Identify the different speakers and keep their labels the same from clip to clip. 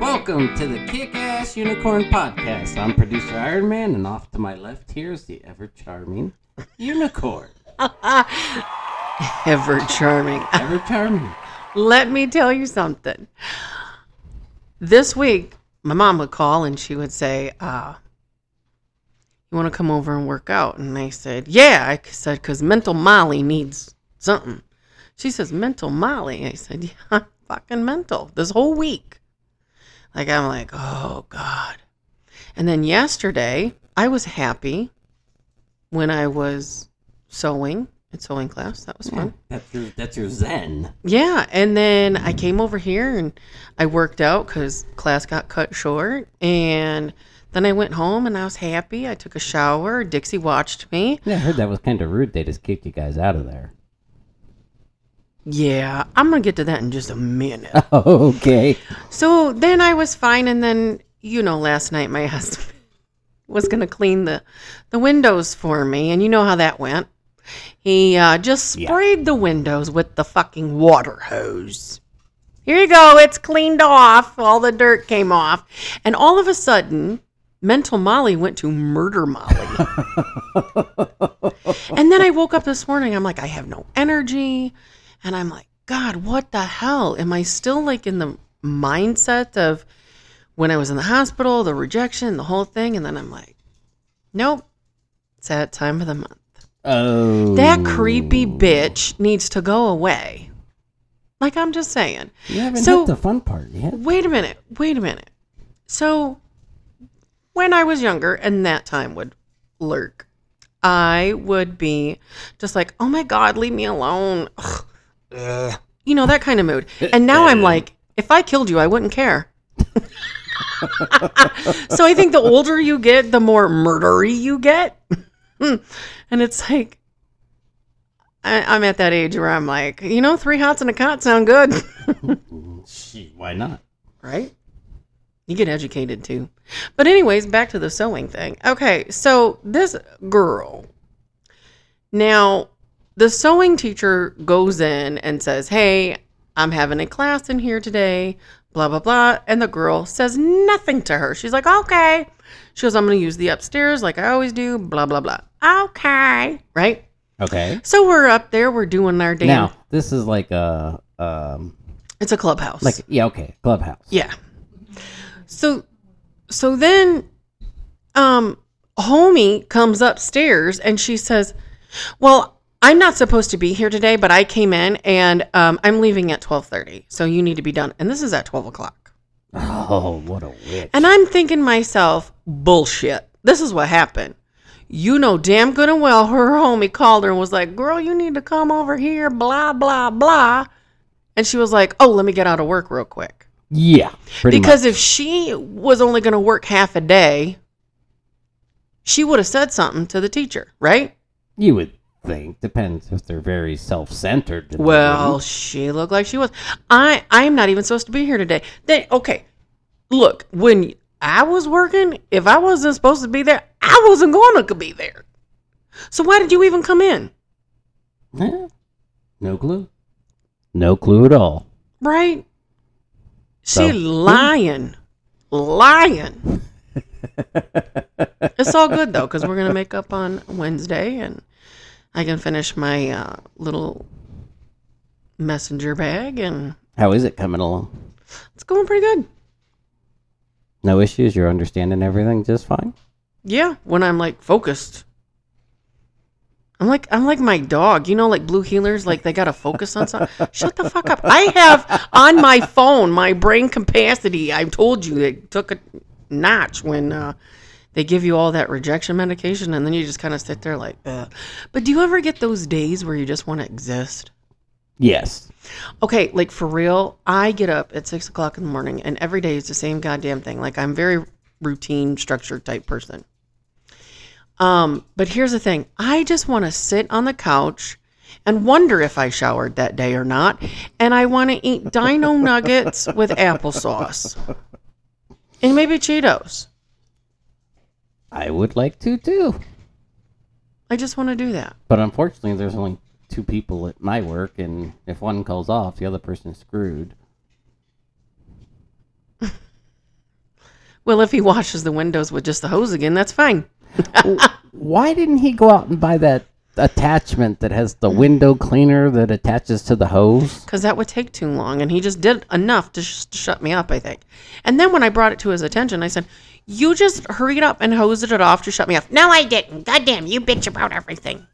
Speaker 1: Welcome to the Kick Ass Unicorn Podcast. I'm producer Iron Man, and off to my left here is the ever charming unicorn.
Speaker 2: Ever charming.
Speaker 1: Ever charming.
Speaker 2: Let me tell you something. This week, my mom would call and she would say, uh, You want to come over and work out? And I said, Yeah. I said, Because mental Molly needs something. She says, Mental Molly. I said, Yeah, I'm fucking mental this whole week. Like, I'm like, Oh, God. And then yesterday, I was happy when I was sewing at sewing class. That was fun.
Speaker 1: That's your that's your zen.
Speaker 2: Yeah, and then I came over here and I worked out because class got cut short. And then I went home and I was happy. I took a shower. Dixie watched me.
Speaker 1: Yeah, I heard that was kind of rude. They just kicked you guys out of there.
Speaker 2: Yeah, I'm gonna get to that in just a minute.
Speaker 1: Okay.
Speaker 2: so then I was fine, and then you know, last night my husband was gonna clean the the windows for me, and you know how that went. He uh, just sprayed the windows with the fucking water hose. Here you go, it's cleaned off. All the dirt came off, and all of a sudden, mental Molly went to murder Molly. and then I woke up this morning. I'm like, I have no energy. And I'm like, God, what the hell? Am I still like in the mindset of when I was in the hospital, the rejection, the whole thing? And then I'm like, nope, it's that time of the month.
Speaker 1: Oh.
Speaker 2: That creepy bitch needs to go away. Like I'm just saying.
Speaker 1: You haven't
Speaker 2: So-
Speaker 1: hit the fun part yet.
Speaker 2: Wait a minute. Wait a minute. So, when I was younger, and that time would lurk, I would be just like, oh my God, leave me alone. Ugh. Ugh. You know, that kind of mood. And now I'm like, if I killed you, I wouldn't care. so I think the older you get, the more murdery you get. and it's like, I, I'm at that age where I'm like, you know, three hots and a cot sound good.
Speaker 1: Mm, Shit, why not?
Speaker 2: right? You get educated too. But, anyways, back to the sewing thing. Okay, so this girl, now the sewing teacher goes in and says, Hey, I'm having a class in here today, blah, blah, blah. And the girl says nothing to her. She's like, Okay. She goes, I'm going to use the upstairs like I always do, blah, blah, blah. Okay. Right?
Speaker 1: Okay.
Speaker 2: So we're up there, we're doing our damn.
Speaker 1: Now this is like a um
Speaker 2: it's a clubhouse.
Speaker 1: like yeah okay clubhouse.
Speaker 2: Yeah. So so then um homie comes upstairs and she says, "Well, I'm not supposed to be here today, but I came in and um, I'm leaving at 12:30. So you need to be done." And this is at 12 o'clock.
Speaker 1: Oh, what a witch.
Speaker 2: And I'm thinking myself, bullshit. This is what happened. You know damn good and well her homie called her and was like, girl, you need to come over here, blah, blah, blah. And she was like, oh, let me get out of work real quick.
Speaker 1: Yeah. Pretty much.
Speaker 2: Because if she was only going to work half a day, she would have said something to the teacher, right?
Speaker 1: You would think. Depends if they're very self centered. Mm-hmm.
Speaker 2: Well, she looked like she was. I I am not even supposed to be here today. Then okay, look, when I was working, if I wasn't supposed to be there, I wasn't going to be there. So why did you even come in,
Speaker 1: no clue. No clue at all.
Speaker 2: right? She
Speaker 1: So-
Speaker 2: lying, lying. it's all good though, because we're gonna make up on Wednesday, and I can finish my uh, little messenger bag, and
Speaker 1: How is it coming along?
Speaker 2: it's going pretty good.
Speaker 1: No issues. You're understanding everything just fine.
Speaker 2: Yeah, when I'm like focused. I'm like I'm like my dog, you know, like blue healers, like they gotta focus on something. Shut the fuck up! I have on my phone my brain capacity. I told you it took a notch when uh, they give you all that rejection medication, and then you just kind of sit there like. Ugh. But do you ever get those days where you just want to exist?
Speaker 1: Yes.
Speaker 2: Okay, like for real, I get up at six o'clock in the morning, and every day is the same goddamn thing. Like I'm very routine, structured type person. Um, but here's the thing: I just want to sit on the couch and wonder if I showered that day or not, and I want to eat Dino Nuggets with applesauce and maybe Cheetos.
Speaker 1: I would like to too.
Speaker 2: I just want to do that.
Speaker 1: But unfortunately, there's only two people at my work, and if one calls off, the other person's screwed.
Speaker 2: Well, if he washes the windows with just the hose again, that's fine.
Speaker 1: Why didn't he go out and buy that attachment that has the window cleaner that attaches to the hose?
Speaker 2: because that would take too long. And he just did enough to, sh- to shut me up, I think. And then when I brought it to his attention, I said, You just hurried up and hosed it off to shut me up. No, I didn't. Goddamn, you bitch about everything.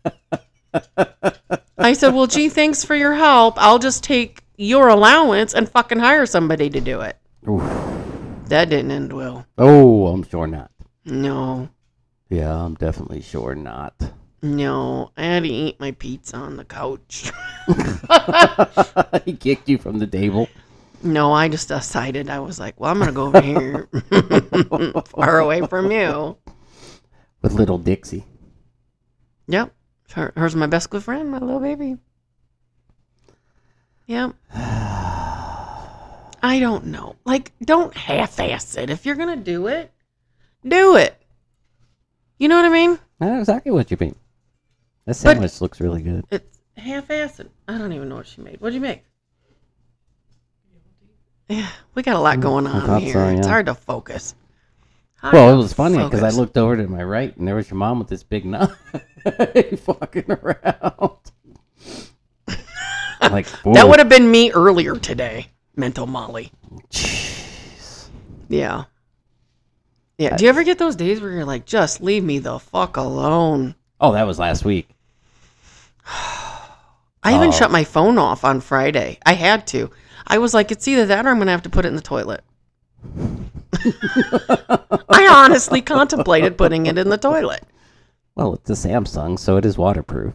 Speaker 2: I said, Well, gee, thanks for your help. I'll just take your allowance and fucking hire somebody to do it. That didn't end well.
Speaker 1: Oh, I'm sure not.
Speaker 2: No,
Speaker 1: Yeah, I'm definitely sure not.
Speaker 2: no. I had to eat my pizza on the couch.
Speaker 1: he kicked you from the table.
Speaker 2: No, I just decided I was like, well, I'm gonna go over here, far away from you.
Speaker 1: with little Dixie.
Speaker 2: Yep, her, her's my best good friend, my little baby. Yep. I don't know. Like, don't half-ass it. If you're gonna do it, do it. You know what I mean?
Speaker 1: I know exactly what you mean. That sandwich looks really good.
Speaker 2: It's half-ass it. I don't even know what she made. What'd you make? Yeah, we got a lot going on
Speaker 1: thought
Speaker 2: here.
Speaker 1: so,
Speaker 2: It's
Speaker 1: yeah.
Speaker 2: hard to focus. Hard
Speaker 1: Well,
Speaker 2: to
Speaker 1: it was funny because I
Speaker 2: focus.
Speaker 1: looked over to my right and there was your mom with this big knife fucking around. like
Speaker 2: That would have been me earlier today. Mental Molly.
Speaker 1: Jeez.
Speaker 2: Yeah. Yeah. Do you ever get those days where you're like, just leave me the fuck alone?
Speaker 1: Oh, that was last week.
Speaker 2: I even
Speaker 1: Oh.
Speaker 2: shut my phone off on Friday. I had to. I was like, it's either that or I'm going to have to put it in the toilet. I honestly contemplated putting it in the toilet.
Speaker 1: Well, it's a Samsung, so it is waterproof.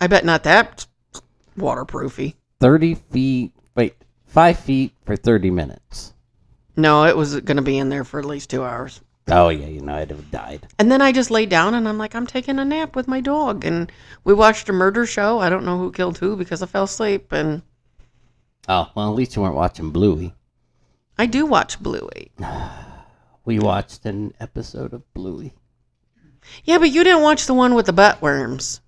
Speaker 2: I bet not that waterproofy.
Speaker 1: Thirty feet. Wait, five feet for thirty minutes.
Speaker 2: No, it was going to be in there for at least two hours.
Speaker 1: Oh yeah, you know I'd have died.
Speaker 2: And then I just lay down and I'm like, I'm taking a nap with my dog. And we watched a murder show. I don't know who killed who because I fell asleep. And
Speaker 1: Oh well, at least you weren't watching Bluey.
Speaker 2: I do watch Bluey.
Speaker 1: We watched an episode of Bluey.
Speaker 2: Yeah, but you didn't watch the one with the butt worms.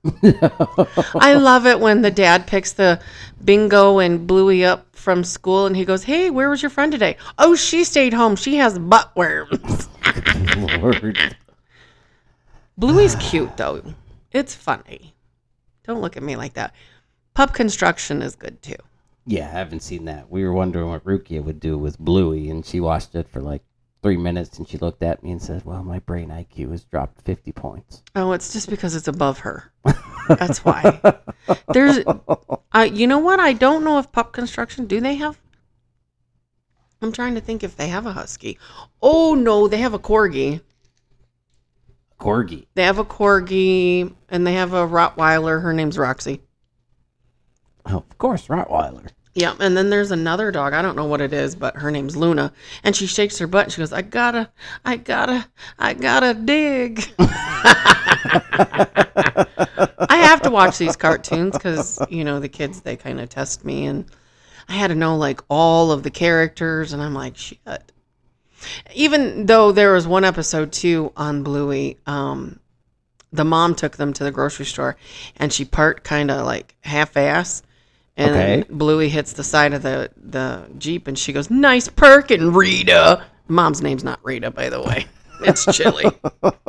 Speaker 2: I love it when the dad picks the bingo and Bluey up from school and he goes, Hey, where was your friend today? Oh, she stayed home. She has butt worms.
Speaker 1: Lord.
Speaker 2: Bluey's cute, though. It's funny. Don't look at me like that. Pup construction is good, too.
Speaker 1: Yeah, I haven't seen that. We were wondering what Rukia would do with Bluey, and she watched it for like three minutes, and she looked at me and said, "Well, my brain IQ has dropped fifty points."
Speaker 2: Oh, it's just because it's above her. That's why. There's, uh, you know what? I don't know if pup construction do they have. I'm trying to think if they have a husky. Oh no, they have a corgi.
Speaker 1: Corgi.
Speaker 2: They have a corgi, and they have a Rottweiler. Her name's Roxy.
Speaker 1: Oh, of course, Rottweiler.
Speaker 2: Yeah, and then there's another dog. I don't know what it is, but her name's Luna, and she shakes her butt. And she goes, "I gotta, I gotta, I gotta dig." I have to watch these cartoons because you know the kids they kind of test me, and I had to know like all of the characters, and I'm like, shit. Even though there was one episode too on Bluey, um, the mom took them to the grocery store, and she part kind of like half ass. And
Speaker 1: Okay.
Speaker 2: Bluey hits the side of the, the Jeep and she goes, Nice perkin', Rita. Mom's name's not Rita, by the way. It's Chili. but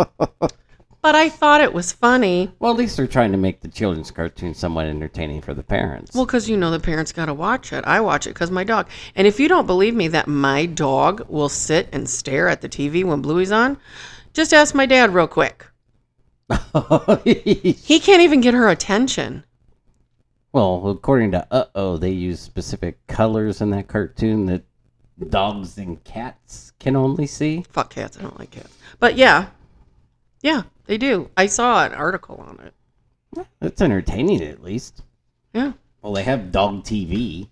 Speaker 2: I thought it was funny.
Speaker 1: Well, at least they're trying to make the children's cartoon somewhat entertaining for the parents.
Speaker 2: Well, because you know the parents got to watch it. I watch it because my dog. And if you don't believe me that my dog will sit and stare at the TV when Bluey's on, just ask my dad real quick. He can't even get her attention.
Speaker 1: well, according to Uh Oh, they use specific colors in that cartoon that dogs and cats can only see.
Speaker 2: Fuck cats. I don't like cats. But yeah, yeah, they do. I saw an article on it.
Speaker 1: That's entertaining, at least.
Speaker 2: Yeah.
Speaker 1: Well, they have dog TV.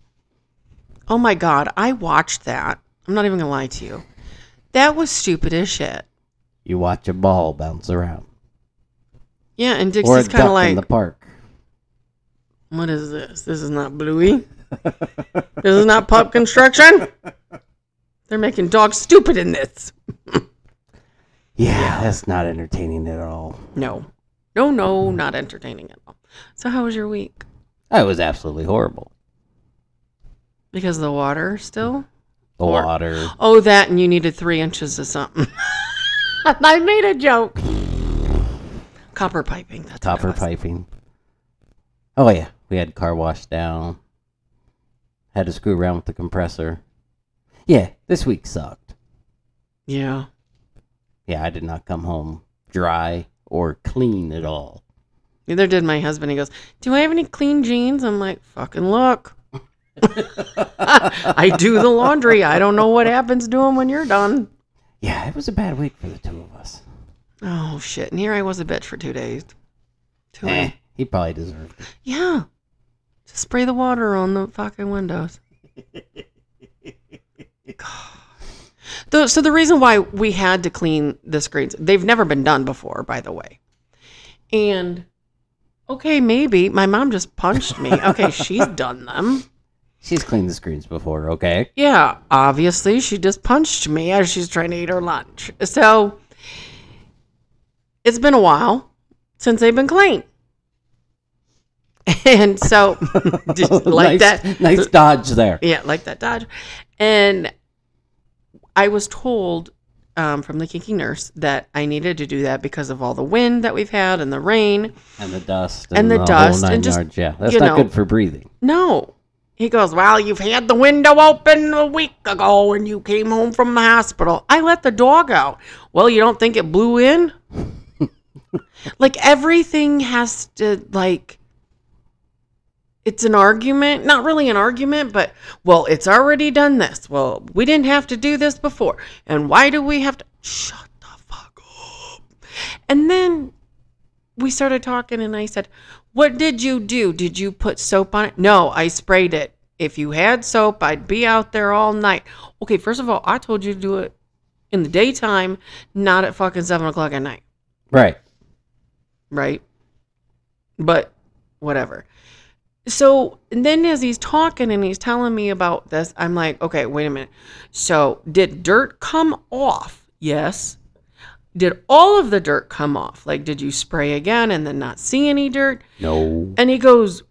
Speaker 2: Oh my God. I watched that. I'm not even going to lie to you. That was stupid as shit.
Speaker 1: You watch a ball bounce around.
Speaker 2: Yeah. And
Speaker 1: or a
Speaker 2: Dixie's
Speaker 1: duck
Speaker 2: kind of like,
Speaker 1: in the park.
Speaker 2: What is this? This is not Bluey. this is not pup construction. They're making dogs stupid in this.
Speaker 1: Yeah, that's not entertaining at all.
Speaker 2: No. No, no, not entertaining at all. So, how was your week?
Speaker 1: That was absolutely horrible.
Speaker 2: Because of the water still?
Speaker 1: the
Speaker 2: Or-
Speaker 1: water.
Speaker 2: Oh, that, and you needed three inches of something. I made a joke. Copper piping. That's what it
Speaker 1: copper
Speaker 2: was.
Speaker 1: piping. Oh yeah, we had car wash down. Had to screw around with the compressor. Yeah, this week sucked.
Speaker 2: Yeah.
Speaker 1: Yeah, I did not come home dry or clean at all.
Speaker 2: Neither did my husband. He goes, Do I have any clean jeans? I'm like, Fucking look. I do the laundry. I don't know what happens to them when you're done.
Speaker 1: Yeah, it was a bad week for the two of us.
Speaker 2: Oh, shit. And here I was a bitch for two days. Two
Speaker 1: Eh, he probably deserved it.
Speaker 2: Yeah. Just spray the water on the fucking windows. God. Though, so the reason why we had to clean the screens, they've never been done before, by the way. And okay, maybe my mom just punched me. Okay, she's done them.
Speaker 1: She's cleaned the screens before, okay?
Speaker 2: Yeah, obviously she just punched me as she's trying to eat her lunch. So it's been a while since they've been clean. And so just
Speaker 1: nice,
Speaker 2: like that.
Speaker 1: Nice dodge there.
Speaker 2: Yeah, like that dodge. And I was told um, from the kinky nurse that I needed to do that because of all the wind that we've had and the rain.
Speaker 1: And the dust. And,
Speaker 2: And the
Speaker 1: whole
Speaker 2: dust
Speaker 1: nine
Speaker 2: and just,
Speaker 1: yards. Yeah, that's
Speaker 2: you
Speaker 1: not
Speaker 2: know.
Speaker 1: good for breathing.
Speaker 2: No. He goes, Well, you've had the window open a week ago and you came home from the hospital. I let the dog out. Well, you don't think it blew in? like everything has to like it's an argument, not really an argument, but well, it's already done this. Well, we didn't have to do this before. And why do we have to shut the fuck up? And then we started talking and I said, What did you do? Did you put soap on it? No, I sprayed it. If you had soap, I'd be out there all night. Okay, first of all, I told you to do it in the daytime, not at fucking seven o'clock at night,
Speaker 1: Right.
Speaker 2: right? But whatever. So and then as he's talking and he's telling me about this, I'm like, okay, wait a minute. So did dirt come off? Yes did all of the dirt come off? Like, did you spray again and then not see any dirt?
Speaker 1: No.
Speaker 2: And he goes,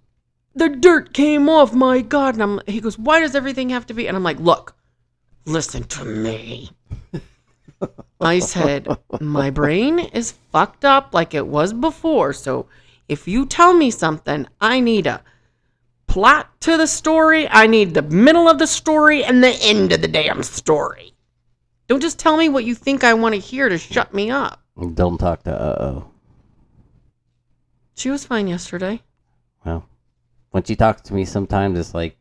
Speaker 2: the dirt came off, my God. And I'm, he goes, why does everything have to be? And I'm like, look, listen to me. I said, my brain is fucked up like it was before. So if you tell me something, I need a plot to the story. I need the middle of the story and the end of the damn story. Don't just tell me what you think I want to hear to shut me up.
Speaker 1: Don't talk to uh oh.
Speaker 2: She was fine yesterday.
Speaker 1: Well, when she talks to me, sometimes it's like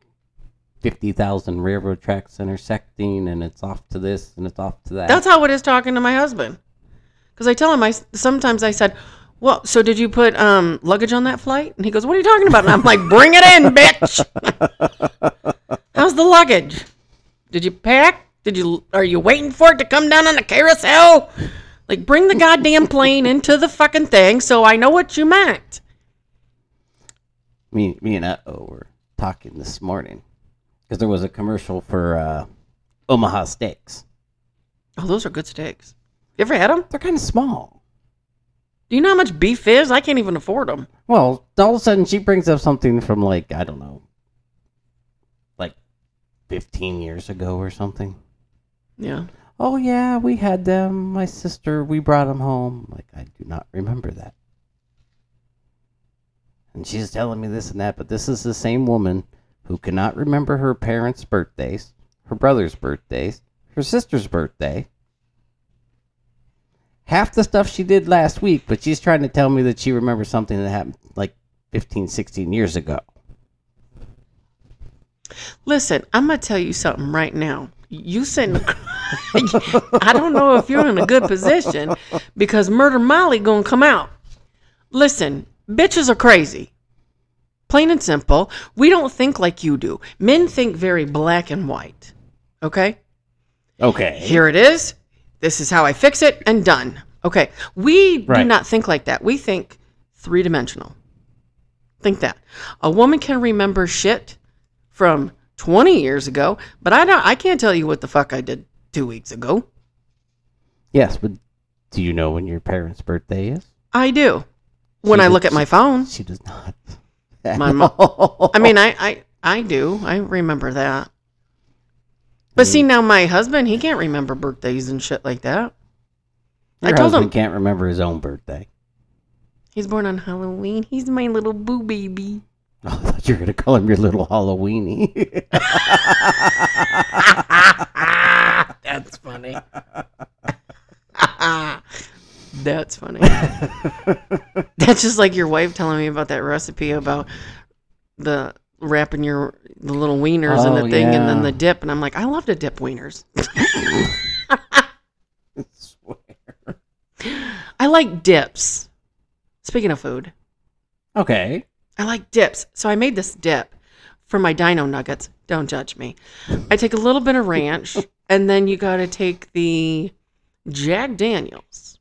Speaker 1: 50,000 railroad tracks intersecting, and it's off to this and it's off to that.
Speaker 2: That's how it is talking to my husband. Because I tell him, I s- sometimes I said, "Well, so did you put um, luggage on that flight?" And he goes, "What are you talking about?" And I'm like, "Bring it in, bitch. How's the luggage? Did you pack? Did you? Are you waiting for it to come down on the carousel? Like, bring the goddamn plane into the fucking thing so I know what you meant."
Speaker 1: me, me and uh oh were talking this morning because there was a commercial for uh, Omaha Steaks.
Speaker 2: Oh, those are good steaks. You ever had them?
Speaker 1: They're kind of small.
Speaker 2: Do you know how much beef is? I can't even afford them.
Speaker 1: Well, all of a sudden she brings up something from like, I don't know, like 15 years ago or something.
Speaker 2: Yeah.
Speaker 1: Oh, yeah, we had them. My sister, we brought them home. Like, I do not remember that. And she's telling me this and that, but this is the same woman who cannot remember her parents' birthdays, her brother's birthdays, her sister's birthday. Half the stuff she did last week, but she's trying to tell me that she remembers something that happened like 15, 16 years ago.
Speaker 2: Listen, I'm gonna tell you something right now. You sitting, I don't know if you're in a good position because Murder Molly gonna come out. Listen, bitches are crazy. Plain and simple. We don't think like you do. Men think very black and white. Okay?
Speaker 1: Okay.
Speaker 2: Here it is. This is how I fix it and done. Okay. We
Speaker 1: Right.
Speaker 2: do not think like that. We think three dimensional. Think that. A woman can remember shit from 20 years ago, but I don't I can't tell you what the fuck I did 2 weeks ago.
Speaker 1: Yes, but do you know when your parents' birthday is?
Speaker 2: I do. When
Speaker 1: She
Speaker 2: I
Speaker 1: did-
Speaker 2: look at my phone,
Speaker 1: She does not.
Speaker 2: my mom, I mean I I I do. I remember that.
Speaker 1: Mm.
Speaker 2: But see, now my husband, he can't remember birthdays and shit like that. I
Speaker 1: Your
Speaker 2: told
Speaker 1: husband
Speaker 2: him-
Speaker 1: can't remember his own birthday.
Speaker 2: He's born on Halloween. He's my little boo baby.
Speaker 1: Oh, I thought you were gonna call him your little Halloweeny.
Speaker 2: That's funny. Ah, That's funny. That's just like your wife telling me about that recipe about the wrapping your the little wieners in
Speaker 1: Oh,
Speaker 2: the thing and
Speaker 1: yeah.
Speaker 2: then the dip, and I'm like, I love to dip wieners. I like dips. Speaking of food,
Speaker 1: okay.
Speaker 2: I like dips. So I made this dip for my dino nuggets. Don't judge me. I take a little bit of ranch, and then you got to take the Jack Daniels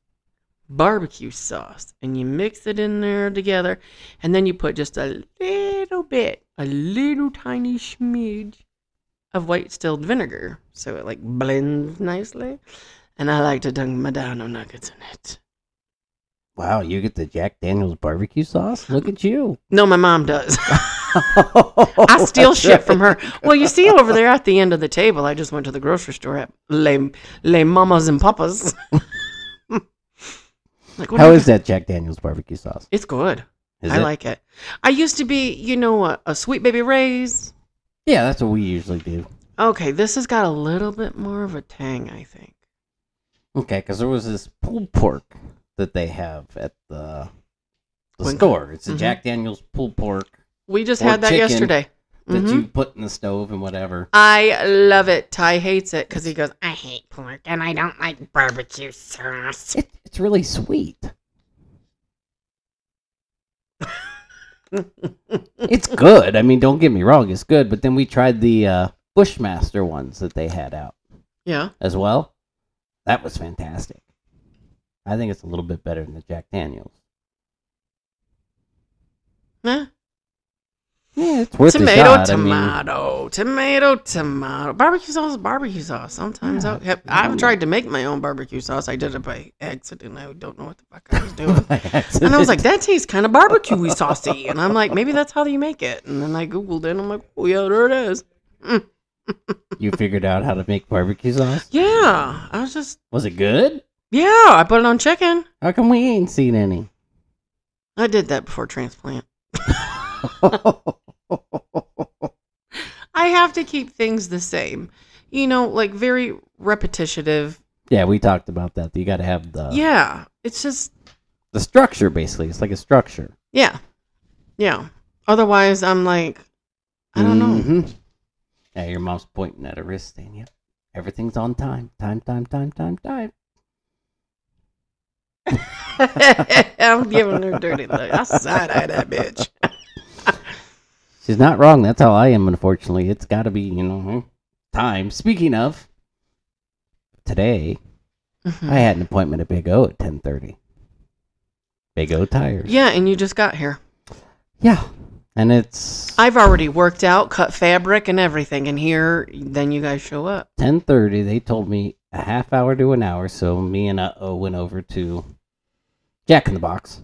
Speaker 2: barbecue sauce and you mix it in there together. And then you put just a little bit, a little tiny smidge of white distilled vinegar. So it like blends nicely. And I like to dunk my dino nuggets in it.
Speaker 1: Wow, you get the Jack Daniels barbecue sauce? Look at you.
Speaker 2: No, my mom does. I
Speaker 1: I
Speaker 2: steal shit from her. Well, you see over there at the end of the table, I just went to the grocery store at Le, Le Mamas and Papas. like, what
Speaker 1: How
Speaker 2: do I
Speaker 1: is
Speaker 2: get?
Speaker 1: that Jack Daniels barbecue sauce?
Speaker 2: It's good.
Speaker 1: Is
Speaker 2: I
Speaker 1: it?
Speaker 2: like it. I used to be, you know, a, a Sweet Baby Ray's.
Speaker 1: Yeah, that's what we usually do.
Speaker 2: Okay, this has got a little bit more of a tang, I think.
Speaker 1: Okay, because there was this pulled pork that they have at the the
Speaker 2: Winco.
Speaker 1: store. It's a
Speaker 2: Mhm.
Speaker 1: Jack Daniels pulled pork
Speaker 2: We just
Speaker 1: Or
Speaker 2: had that
Speaker 1: chicken
Speaker 2: yesterday.
Speaker 1: that
Speaker 2: Mhm.
Speaker 1: you put in the stove and whatever.
Speaker 2: I love it. Ty hates it because he goes,
Speaker 3: I hate pork and I don't like barbecue sauce.
Speaker 1: It, it's really sweet. it's good. I mean, don't get me wrong, it's good. But then we tried the uh, Bushmaster ones that they had out
Speaker 2: yeah.
Speaker 1: as well. That was fantastic. I think it's a little bit better than the Jack Daniels.
Speaker 2: Eh.
Speaker 1: Yeah, it's worth a
Speaker 2: tomato,
Speaker 1: shot. I mean,
Speaker 2: tomato, tomato, tomato. Barbecue sauce is barbecue sauce. Sometimes
Speaker 1: Yeah, Mm.
Speaker 2: I have,
Speaker 1: yeah.
Speaker 2: I've tried to make my own barbecue sauce. I did it by accident. I don't know what the fuck I was doing.
Speaker 1: by
Speaker 2: And I was
Speaker 1: accident.
Speaker 2: like, that tastes kind of barbecue saucy. And I'm like, maybe that's how you make it. And then I Googled it and I'm like, oh, yeah, there it is.
Speaker 1: you figured out how to make barbecue sauce?
Speaker 2: Yeah. I was just,
Speaker 1: Was it good?
Speaker 2: yeah, I put it on chicken.
Speaker 1: How come we ain't seen any?
Speaker 2: I did that before transplant. I have to keep things the same. You know, like very repetitive.
Speaker 1: yeah, we talked about that. You got to have the
Speaker 2: yeah. It's just,
Speaker 1: the structure basically. It's like a structure.
Speaker 2: Yeah. Yeah. Otherwise, I'm like, I don't know.
Speaker 1: hmm Yeah, your mom's pointing at her wrist, saying, "Yep, everything's on time, time, time, time, time, time."
Speaker 2: I'm giving her dirty look. I side eye that bitch.
Speaker 1: She's not wrong. That's how I am. Unfortunately, it's got to be you know hmm, time. Speaking of today, Mm-hmm.
Speaker 2: Hmm.
Speaker 1: I had an appointment at Big O at ten thirty. Big O tires.
Speaker 2: Yeah, and you just got here.
Speaker 1: Yeah, and it's
Speaker 2: I've already worked out, cut fabric, and everything. And here, then you guys show up.
Speaker 1: ten thirty. They told me a half hour to an hour, so me and uh oh went over to Jack in the Box,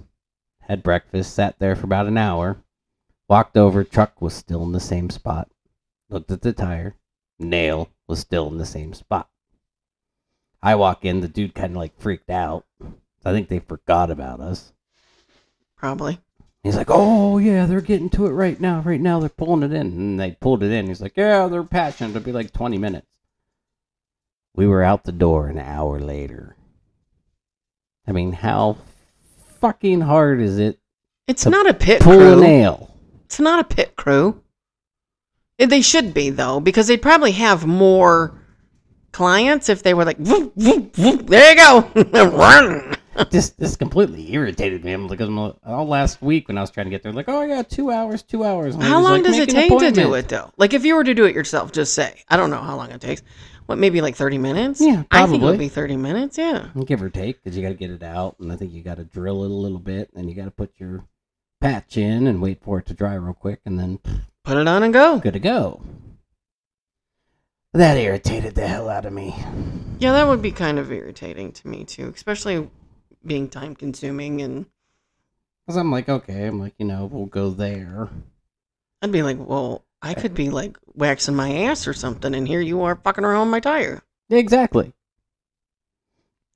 Speaker 1: had breakfast, sat there for about an hour, walked over. Truck was still in the same spot. Looked at the tire. Nail was still in the same spot. I walk in. The dude kind of like freaked out. I think they forgot about us.
Speaker 2: Probably.
Speaker 1: He's like, oh yeah, they're getting to it right now. Right now, they're pulling it in, and they pulled it in. He's like, yeah, they're patching. It'll be like twenty minutes. We were out the door an hour later. I mean, how fucking hard is it
Speaker 2: It's
Speaker 1: To
Speaker 2: not a pit
Speaker 1: pull a
Speaker 2: crew.
Speaker 1: nail?
Speaker 2: It's not a pit crew. Eh, They should be though, because they'd probably have more clients if they were like, "Vroom, vroom, vroom." there you go, run.
Speaker 1: this this completely irritated me because I'm, all last week when I was trying to get there, like, oh yeah, two hours, two hours. And
Speaker 2: How
Speaker 1: he's
Speaker 2: long
Speaker 1: like,
Speaker 2: does
Speaker 1: "Make
Speaker 2: it
Speaker 1: an
Speaker 2: take to do
Speaker 1: appointment."
Speaker 2: it though? Like if you were to do it yourself, just say. I don't know how long it takes. What maybe like thirty minutes?
Speaker 1: Yeah,
Speaker 2: I think
Speaker 1: probably.
Speaker 2: it would be thirty minutes, yeah.
Speaker 1: give or take, because you got to get it out, and I think you got to drill it a little bit, and you got to put your patch in and wait for it to dry real quick, and then
Speaker 2: Put it on and go.
Speaker 1: good to go. That irritated the hell out of me.
Speaker 2: Yeah, that would be kind of irritating to me too, especially being time consuming and
Speaker 1: Cause I'm like, okay, I'm like, you know, we'll go there.
Speaker 2: I'd be like, Well, I could be like waxing my ass or something, and here you are fucking around my tire.
Speaker 1: Exactly.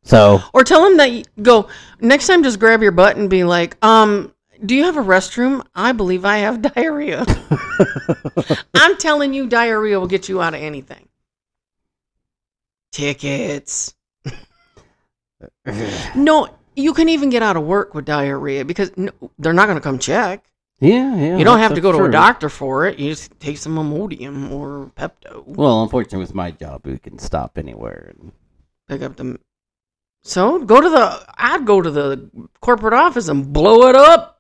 Speaker 1: So
Speaker 2: Or tell him that you go next time. Just grab your butt and be like, um, do you have a restroom? I believe I have diarrhea. I'm telling you, diarrhea will get you out of anything. Tickets. No, you can even get out of work with diarrhea because no, they're not going to come check.
Speaker 1: Yeah, yeah.
Speaker 2: you don't
Speaker 1: that's-
Speaker 2: have to go
Speaker 1: that's
Speaker 2: to a
Speaker 1: true.
Speaker 2: doctor for it. You just take some Imodium or Pepto.
Speaker 1: Well, unfortunately, with my job, we can stop anywhere. And
Speaker 2: Pick up the. So go to the. I'd go to the corporate office and blow it up.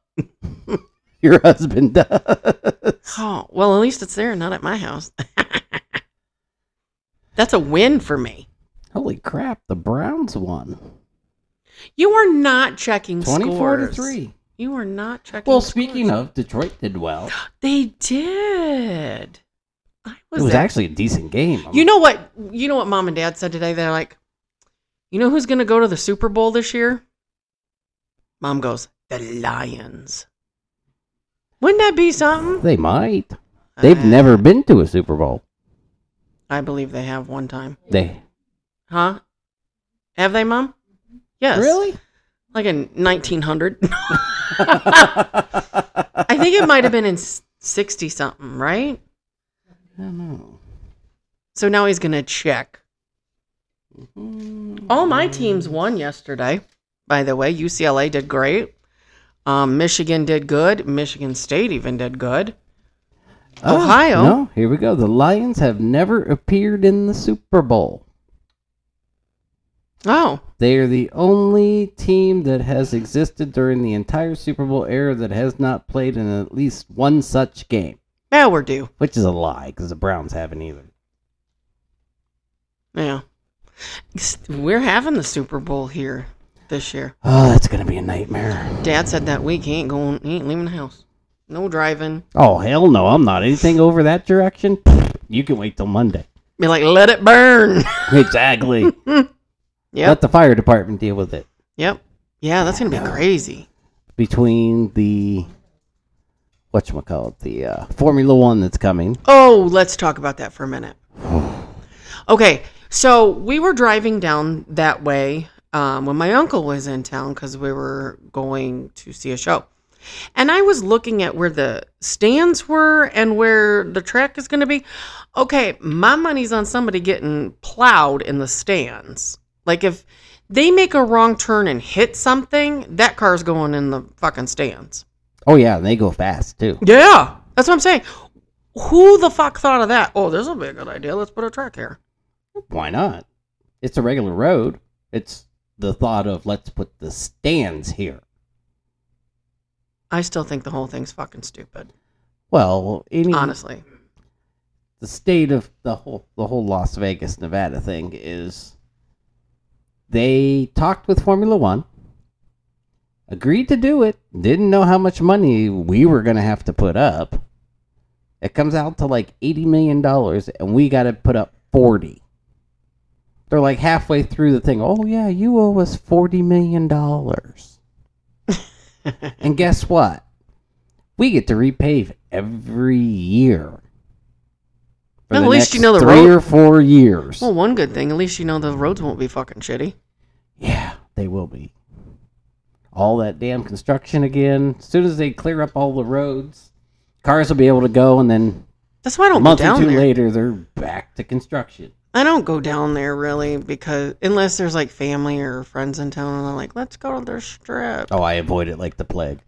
Speaker 1: your husband does.
Speaker 2: Oh well, at least it's there, not at my house. That's a win for me.
Speaker 1: Holy crap! The Browns won,
Speaker 2: You are not checking
Speaker 1: twenty-four to
Speaker 2: scores.
Speaker 1: three.
Speaker 2: You are not checking.
Speaker 1: Well, speaking
Speaker 2: scores.
Speaker 1: of, Detroit did well.
Speaker 2: they did. I was,
Speaker 1: it was
Speaker 2: at-
Speaker 1: actually a decent game.
Speaker 2: You know what? You know what mom and dad said today? They're like, you know who's going to go to the Super Bowl this year? Mom goes, the Lions. Wouldn't that be something?
Speaker 1: they might. They've
Speaker 2: Uh,
Speaker 1: never been to a Super Bowl.
Speaker 2: I believe they have one time.
Speaker 1: They
Speaker 2: Huh? Have they, mom? Yes.
Speaker 1: really?
Speaker 2: Like in 1900. I think it might have been in 60 something, right?
Speaker 1: I don't know.
Speaker 2: So now he's going to check.
Speaker 1: Mhm.
Speaker 2: All my teams won yesterday. By the way, UCLA did great. Um, Michigan did good. Michigan State even did good.
Speaker 1: Oh,
Speaker 2: Ohio.
Speaker 1: No, here we go. The Lions have never appeared in the Super Bowl.
Speaker 2: Oh,
Speaker 1: They are the only team that has existed during the entire Super Bowl era that has not played in at least one such game,
Speaker 2: yeah, we're due.
Speaker 1: which is a lie because the Browns haven't either.
Speaker 2: Yeah. S- We're having the Super Bowl here this year.
Speaker 1: Oh, that's gonna be a nightmare.
Speaker 2: Dad said that week he ain't going, he ain't leaving the house. No driving.
Speaker 1: Oh hell no, I'm not. Anything over that direction, you can wait till Monday.
Speaker 2: Be like, let it burn.
Speaker 1: Exactly.
Speaker 2: yep.
Speaker 1: Let the fire department deal with it.
Speaker 2: Yep. Yeah, that's going to be crazy.
Speaker 1: Between the whatchamacallit, the uh, Formula One that's coming.
Speaker 2: Oh, let's talk about that for a minute. Okay, so we were driving down that way um, when my uncle was in town because we were going to see a show. And I was looking at where the stands were and where the track is going to be. Okay, my money's on somebody getting plowed in the stands. Like if they make a wrong turn and hit something, that car's going in the fucking stands.
Speaker 1: Oh yeah, and they go fast too.
Speaker 2: Yeah, that's what I'm saying. Who the fuck thought of that? Oh, this will be a good idea. Let's put a track here.
Speaker 1: Why not? It's a regular road. It's the thought of let's put the stands here.
Speaker 2: I still think the whole thing's fucking stupid.
Speaker 1: Well, any
Speaker 2: Honestly,
Speaker 1: the state of the whole the whole Las Vegas, Nevada thing is they talked with Formula 1, agreed to do it, didn't know how much money we were going to have to put up. It comes out to like 80 million dollars and we got to put up 40. They're like halfway through the thing. Oh yeah, you owe us 40 million dollars. and guess what? We get to repave every year. for
Speaker 2: At
Speaker 1: the
Speaker 2: least you
Speaker 1: next
Speaker 2: know the
Speaker 1: three
Speaker 2: road-
Speaker 1: or four years.
Speaker 2: well, one good thing, at least you know the roads won't be fucking shitty.
Speaker 1: Yeah, they will be. All that damn construction again. As soon as they clear up all the roads, cars will be able to go, and then
Speaker 2: That's why I
Speaker 1: a
Speaker 2: don't go
Speaker 1: month or
Speaker 2: down
Speaker 1: two
Speaker 2: there.
Speaker 1: later, they're back to construction.
Speaker 2: I don't go down there really because unless there's like family or friends in town, and they're like, "Let's go to their strip,"
Speaker 1: Oh, I avoid it like the plague.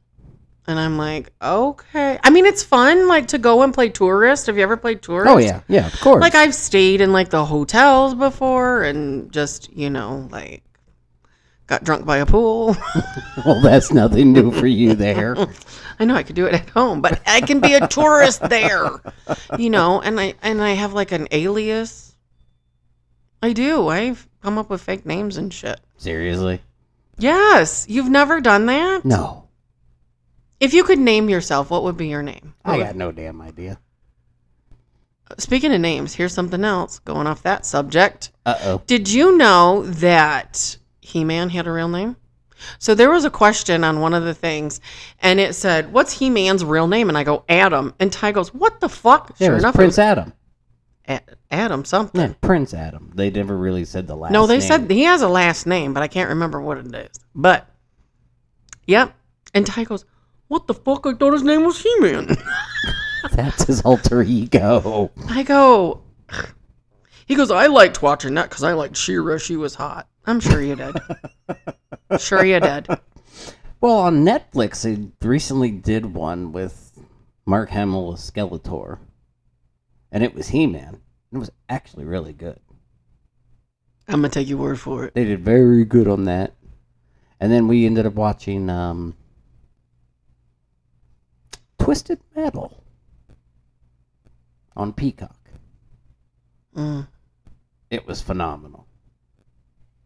Speaker 2: and I'm like, "Okay." I mean, it's fun like to go and play tourist. Have you ever played tourist?
Speaker 1: Oh yeah, yeah, of course.
Speaker 2: Like I've stayed in like the hotels before and just, you know, like got drunk by a pool.
Speaker 1: well, that's nothing new for you there.
Speaker 2: I know I could do it at home, but I can be a tourist there. You know, and I and I have like an alias. I do. I've come up with fake names and shit.
Speaker 1: Seriously?
Speaker 2: Yes, you've never done that?
Speaker 1: No,
Speaker 2: If you could name yourself, what would be your name?
Speaker 1: I got no damn idea.
Speaker 2: Speaking of names, here's something else going off that subject.
Speaker 1: Uh oh.
Speaker 2: Did you know that He Man had a real name? So there was a question on one of the things, and it said, "What's He Man's real name?" And I go, "Adam." And Ty goes, "What the fuck?"
Speaker 1: Yeah, it was
Speaker 2: enough,
Speaker 1: Prince Adam.
Speaker 2: it was A- Adam something.
Speaker 1: Yeah, Prince Adam. They never really said the last.
Speaker 2: No, they
Speaker 1: name.
Speaker 2: said he has a last name, but I can't remember what it is. But, yep. And Ty goes, "What the fuck? I thought his name was He Man."
Speaker 1: that's his alter ego.
Speaker 2: I go. He goes, I liked watching that because I liked Shira. She was hot. I'm sure you did. sure you did.
Speaker 1: Well, on Netflix, they recently did one with Mark Hamill as Skeletor, and it was He Man. It was actually really good.
Speaker 2: I'm gonna take your word for it.
Speaker 1: They did very good on that. And then we ended up watching um, Twisted Metal on Peacock.
Speaker 2: Mm.
Speaker 1: It was phenomenal.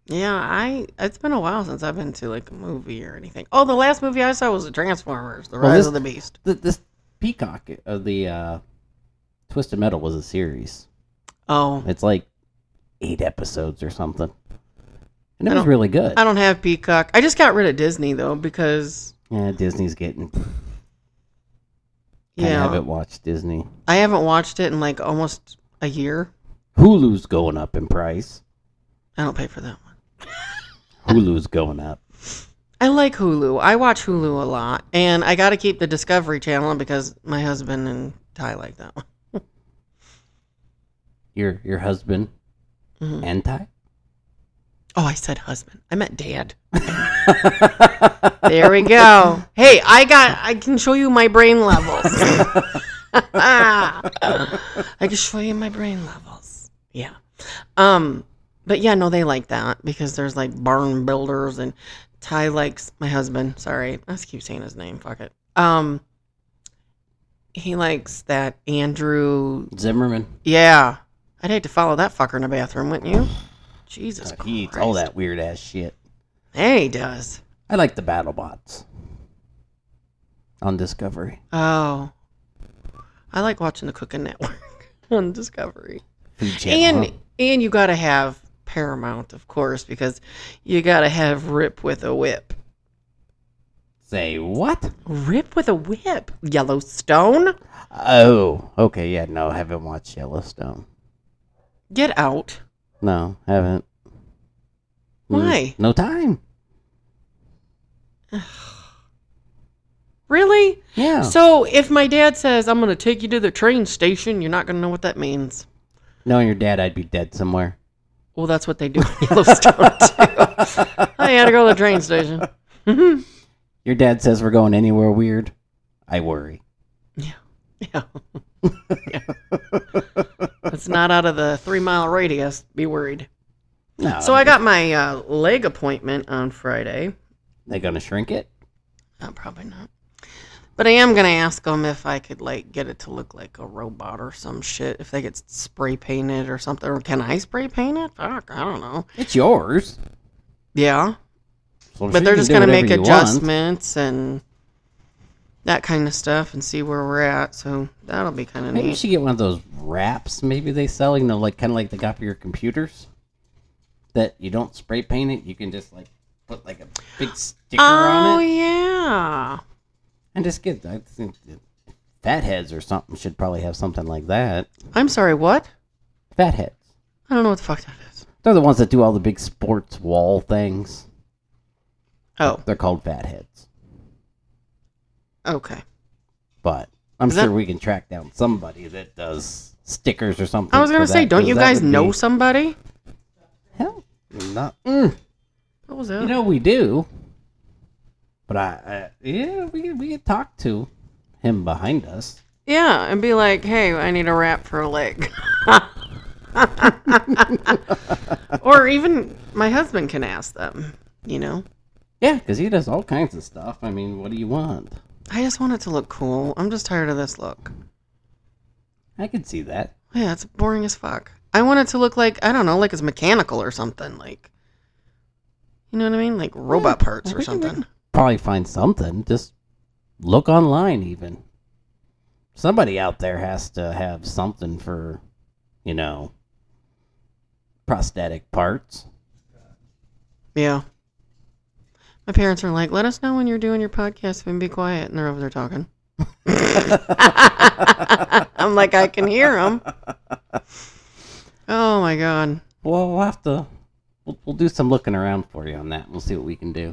Speaker 2: Yeah, I. It's been a while since I've been to like a movie or anything. Oh, the last movie I saw was the Transformers: The Rise
Speaker 1: Well, this-
Speaker 2: of the Beast.
Speaker 1: Th this Peacock, uh, the uh, Twisted Metal was a series.
Speaker 2: Oh,
Speaker 1: It's like eight episodes or something. And it
Speaker 2: I
Speaker 1: was
Speaker 2: don't-
Speaker 1: really good.
Speaker 2: I don't have Peacock. I just got rid of Disney though because
Speaker 1: Yeah, Disney's getting. I
Speaker 2: yeah,
Speaker 1: haven't watched Disney.
Speaker 2: I haven't watched it in like almost a year.
Speaker 1: Hulu's going up in price.
Speaker 2: I don't pay for that one.
Speaker 1: Hulu's going up.
Speaker 2: I like Hulu. I watch Hulu a lot, and I got to keep the Discovery Channel because my husband and Ty like that one.
Speaker 1: Your your husband,
Speaker 2: Mhm.
Speaker 1: anti.
Speaker 2: Oh, I said husband. I meant dad. There we go. hey, I got. I can show you my brain levels. I can show you my brain levels. Yeah. Um. But yeah, no, they like that because there's like barn builders and Ty likes my husband. Sorry, I just keep saying his name. Fuck it. Um. He likes that Andrew
Speaker 1: Zimmerman.
Speaker 2: Yeah. I'd hate to follow that fucker in the bathroom, wouldn't you? Jesus Christ.
Speaker 1: He eats all that weird ass shit.
Speaker 2: Yeah, he does.
Speaker 1: I like the BattleBots on Discovery.
Speaker 2: Oh. I like watching the Cooking Network on Discovery.
Speaker 1: Food Channel,
Speaker 2: And
Speaker 1: huh?
Speaker 2: and you gotta have Paramount, of course, because you gotta have Rip with a whip.
Speaker 1: say what?
Speaker 2: Rip with a whip. Yellowstone?
Speaker 1: Oh, okay, yeah, no, I haven't watched Yellowstone.
Speaker 2: Get out.
Speaker 1: No, haven't. Mm,
Speaker 2: Why?
Speaker 1: No time.
Speaker 2: Really?
Speaker 1: Yeah.
Speaker 2: So if my dad says I'm gonna take you to the train station, you're not gonna know what that means.
Speaker 1: Knowing your dad, I'd be dead somewhere.
Speaker 2: Well, that's what they do in Yellowstone too. I had to go to the train station. Mm-hmm.
Speaker 1: Your dad says we're going anywhere weird. I worry.
Speaker 2: Yeah. Yeah. It's not out of the three mile radius. Be worried.
Speaker 1: No.
Speaker 2: So I got my uh, leg appointment on Friday.
Speaker 1: They gonna shrink it? Oh,
Speaker 2: Uh, probably not. But I am gonna ask them if I could like get it to look like a robot or some shit. If they could spray paint it or something, or can I spray paint it? Fuck, I don't know.
Speaker 1: It's yours.
Speaker 2: Yeah,
Speaker 1: So
Speaker 2: but
Speaker 1: she
Speaker 2: they're
Speaker 1: can
Speaker 2: just
Speaker 1: do
Speaker 2: gonna
Speaker 1: whatever
Speaker 2: make
Speaker 1: you want.
Speaker 2: adjustments and that kind of stuff and see where we're at. So that'll be kind of
Speaker 1: Maybe you
Speaker 2: neat.
Speaker 1: should get one of those wraps. Maybe they sell, you know, like kind of like they got for your computers. That you don't spray paint it. You can just like put like a big sticker
Speaker 2: Oh
Speaker 1: on it
Speaker 2: yeah.
Speaker 1: and just get. I think that fatheads or something should probably have something like that.
Speaker 2: I'm sorry. What?
Speaker 1: Fatheads.
Speaker 2: I don't know what the fuck that is.
Speaker 1: They're the ones that do all the big sports wall things.
Speaker 2: Oh,
Speaker 1: They're called fatheads.
Speaker 2: okay.
Speaker 1: but I'm
Speaker 2: Is
Speaker 1: sure
Speaker 2: that-
Speaker 1: we can track down somebody that does stickers or something.
Speaker 2: I was gonna
Speaker 1: for
Speaker 2: say,
Speaker 1: that,
Speaker 2: don't
Speaker 1: 'cause
Speaker 2: you
Speaker 1: that
Speaker 2: guys
Speaker 1: would
Speaker 2: know
Speaker 1: be-
Speaker 2: somebody?
Speaker 1: Hell, not. Mm,
Speaker 2: What was that?
Speaker 1: you know we do, but I, I yeah, we could- we could talk to him behind us.
Speaker 2: yeah, and be like, hey, I need a wrap for a leg. or even my husband can ask them. You know,
Speaker 1: Yeah, because he does all kinds of stuff. I mean, what do you want?
Speaker 2: I just want it to look cool. I'm just tired of this look.
Speaker 1: I can see that.
Speaker 2: Yeah, it's boring as fuck. I want it to look like I don't know, like it's mechanical or something. Like, you know what I mean? Like robot parts
Speaker 1: I think
Speaker 2: or
Speaker 1: we
Speaker 2: something.
Speaker 1: could Probably find something. Just look online, even. Somebody out there has to have something for, you know, prosthetic parts.
Speaker 2: Yeah. My parents are like, let us know when you're doing your podcast and be quiet. And they're over there talking. I'm like, I can hear them. Oh my God.
Speaker 1: Well, we'll have to. We'll, we'll do some looking around for you on that. We'll see what we can do.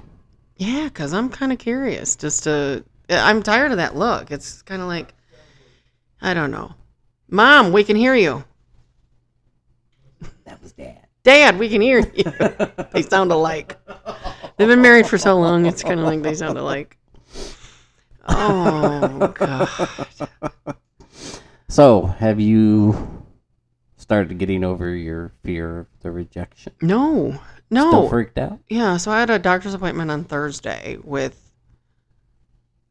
Speaker 2: Yeah, because I'm kind of curious. Just to, I'm tired of that look. It's kind of like, I don't know. Mom, we can hear you.
Speaker 1: That was dad.
Speaker 2: Dad, we can hear you. they sound alike. They've been married for so long, it's kind of like they sound alike. Oh, God.
Speaker 1: So, have you started getting over your fear of the rejection?
Speaker 2: No, no.
Speaker 1: Still freaked out?
Speaker 2: Yeah, so I had a doctor's appointment on Thursday with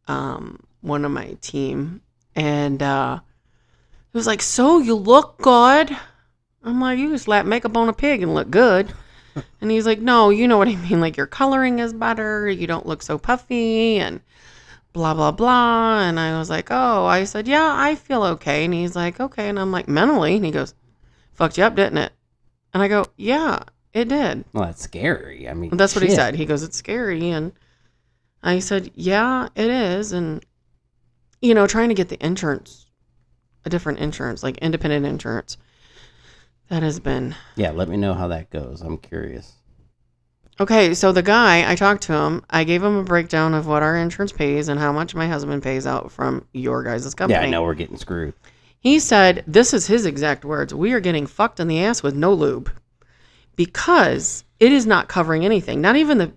Speaker 2: um one of my team and uh it was like, "So you look good." I'm like, "You just slap makeup on a pig and look good." and he's like, "No, you know what I mean, like your coloring is better, you don't look so puffy and blah blah blah." And I was like, "Oh, I said, "Yeah, I feel okay." And he's like, "Okay." And I'm like, "Mentally?" And he goes, "Fucked you up, didn't it?" And I go, "Yeah, it did."
Speaker 1: Well, that's scary. I mean,
Speaker 2: That's what he
Speaker 1: shit.
Speaker 2: said. He goes, It's scary. And I said, Yeah, it is. And, you know, trying to get the insurance, a different insurance, like independent insurance, that has been.
Speaker 1: Yeah, let me know how that goes. I'm curious.
Speaker 2: Okay, so the guy, I talked to him. I gave him a breakdown of what our insurance pays and how much my husband pays out from your guys' company.
Speaker 1: Yeah, I know we're getting screwed.
Speaker 2: He said, This is his exact words we are getting fucked in the ass with no lube because it is not covering anything, not even the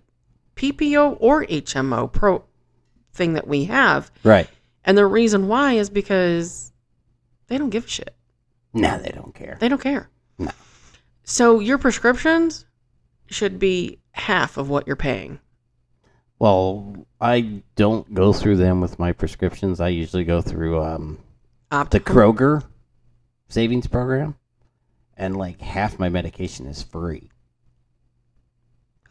Speaker 2: PPO or HMO pro thing that we have.
Speaker 1: Right.
Speaker 2: And the reason why is because they don't give a shit,
Speaker 1: No, they don't care.
Speaker 2: they don't care.
Speaker 1: No.
Speaker 2: So your prescriptions should be half of what you're paying.
Speaker 1: Well, I don't go through them with my prescriptions. I usually go through um, the
Speaker 2: Optic
Speaker 1: Kroger savings program, and like half my medication is free.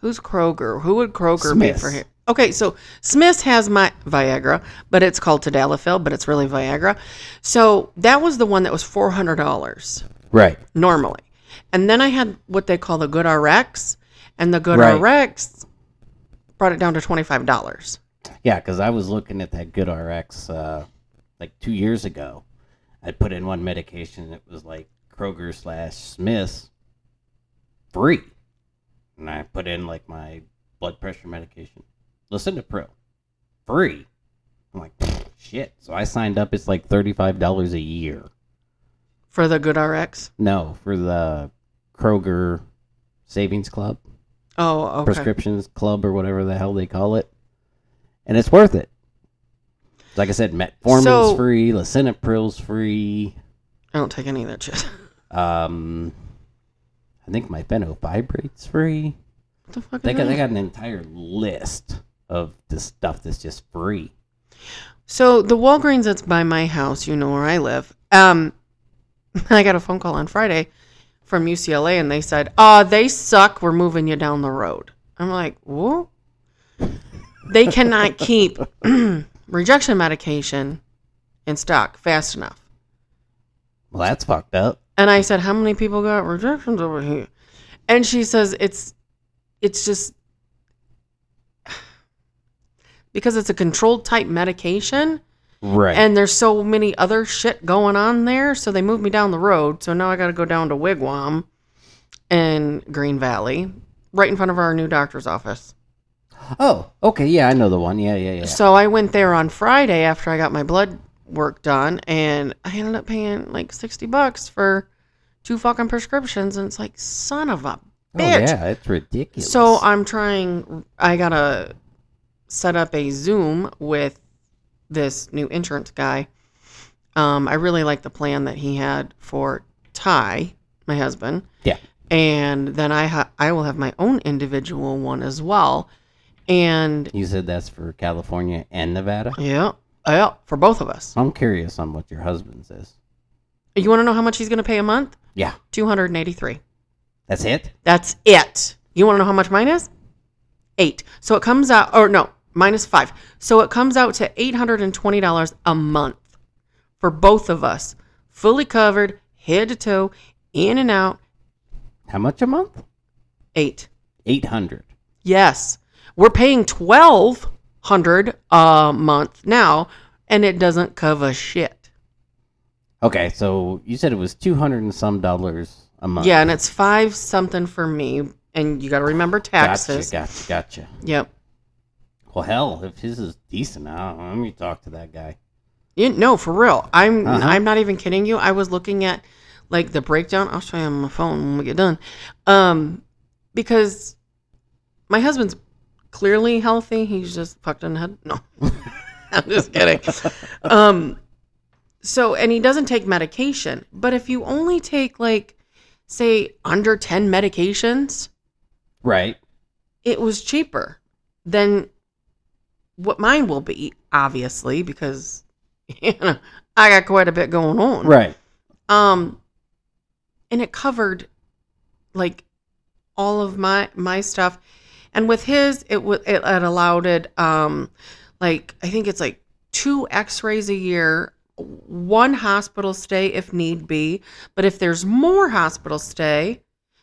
Speaker 2: Who's Kroger? Who would Kroger pay for
Speaker 1: Smith's.
Speaker 2: here? Okay, so Smith has my Viagra, but it's called Tadalafil, but it's really Viagra. So that was the one that was four hundred dollars
Speaker 1: Right.
Speaker 2: normally, and then I had what they call the Good RX, and the Good
Speaker 1: Right.
Speaker 2: RX brought it down to twenty five dollars.
Speaker 1: Yeah, because I was looking at that Good RX uh, like two years ago. I put in one medication. It was like Kroger slash Smith's free, and I put in like my blood pressure medication. Listen to Pro, free. I'm like, shit. So I signed up. It's like thirty five dollars a year.
Speaker 2: For the Good RX,
Speaker 1: No, for the Kroger Savings Club
Speaker 2: oh okay,
Speaker 1: prescriptions club or whatever the hell they call it, and it's worth it. Like I said, metformin's
Speaker 2: So-
Speaker 1: free, lisinopryl's free.
Speaker 2: I don't take any of that shit.
Speaker 1: Um, I think my phenofibrate's free.
Speaker 2: what the fuck?
Speaker 1: They
Speaker 2: is
Speaker 1: got,
Speaker 2: that?
Speaker 1: they got an entire list of the stuff that's just free.
Speaker 2: So the Walgreens that's by my house, you know where I live. Um, I got a phone call on Friday from UCLA, and they said, "Uh, they suck. We're moving you down the road." I'm like, "What?" They cannot keep rejection medication in stock fast enough.
Speaker 1: Well, that's fucked up.
Speaker 2: And I said, "How many people got rejections over here?" And she says, "It's, it's just because it's a controlled type medication."
Speaker 1: Right.
Speaker 2: and there's so many other shit going on there so they moved me down the road so now i gotta go down to wigwam in green valley right in front of our new doctor's office
Speaker 1: oh, okay. Yeah, I know the one. Yeah, yeah, yeah.
Speaker 2: so i went there on friday after i got my blood work done and i ended up paying like 60 bucks for two fucking prescriptions and it's like son of a
Speaker 1: oh,
Speaker 2: bitch
Speaker 1: yeah, it's ridiculous.
Speaker 2: So I'm trying. I gotta set up a Zoom with this new insurance guy. Um, I really like the plan that he had for Ty, my husband,
Speaker 1: yeah.
Speaker 2: and then I ha- I will have my own individual one as well. And
Speaker 1: You said that's for California and Nevada.
Speaker 2: yeah, yeah, for both of us.
Speaker 1: I'm curious on what your husband says.
Speaker 2: You want to know how much he's gonna pay a month?
Speaker 1: Yeah,
Speaker 2: Two hundred and eighty-three.
Speaker 1: that's it.
Speaker 2: That's it. You want to know how much mine is? Eight. So it comes out, or no, minus five. So it comes out to $820 a month for both of us, fully covered, head to toe, in and out,
Speaker 1: How much a month?
Speaker 2: eight.
Speaker 1: Eight hundred.
Speaker 2: Yes. We're paying twelve hundred a month now, and it doesn't cover shit.
Speaker 1: Okay, so you said it was two hundred and some dollars a month.
Speaker 2: Yeah, and it's five something for me, and you got to remember taxes.
Speaker 1: Gotcha, gotcha, gotcha.
Speaker 2: Yep.
Speaker 1: Well, hell, if his is decent, I don't know. Let me talk to that guy.
Speaker 2: You, no, for real. I'm
Speaker 1: Uh-huh.
Speaker 2: I'm not even kidding you. I was looking at like the breakdown. I'll show you on my phone when we get done. Um, because my husband's clearly healthy. He's just fucked in the head. No, I'm just kidding. Um, so and he doesn't take medication. But if you only take like say under ten medications,
Speaker 1: Right.
Speaker 2: it was cheaper than what mine will be, obviously, because you know I got quite a bit going on.
Speaker 1: Right.
Speaker 2: Um, and it covered like all of my my stuff, and with his, it was it, it allowed it. Um, like I think it's like two X-rays a year, one hospital stay if need be, but if there's more hospital stay,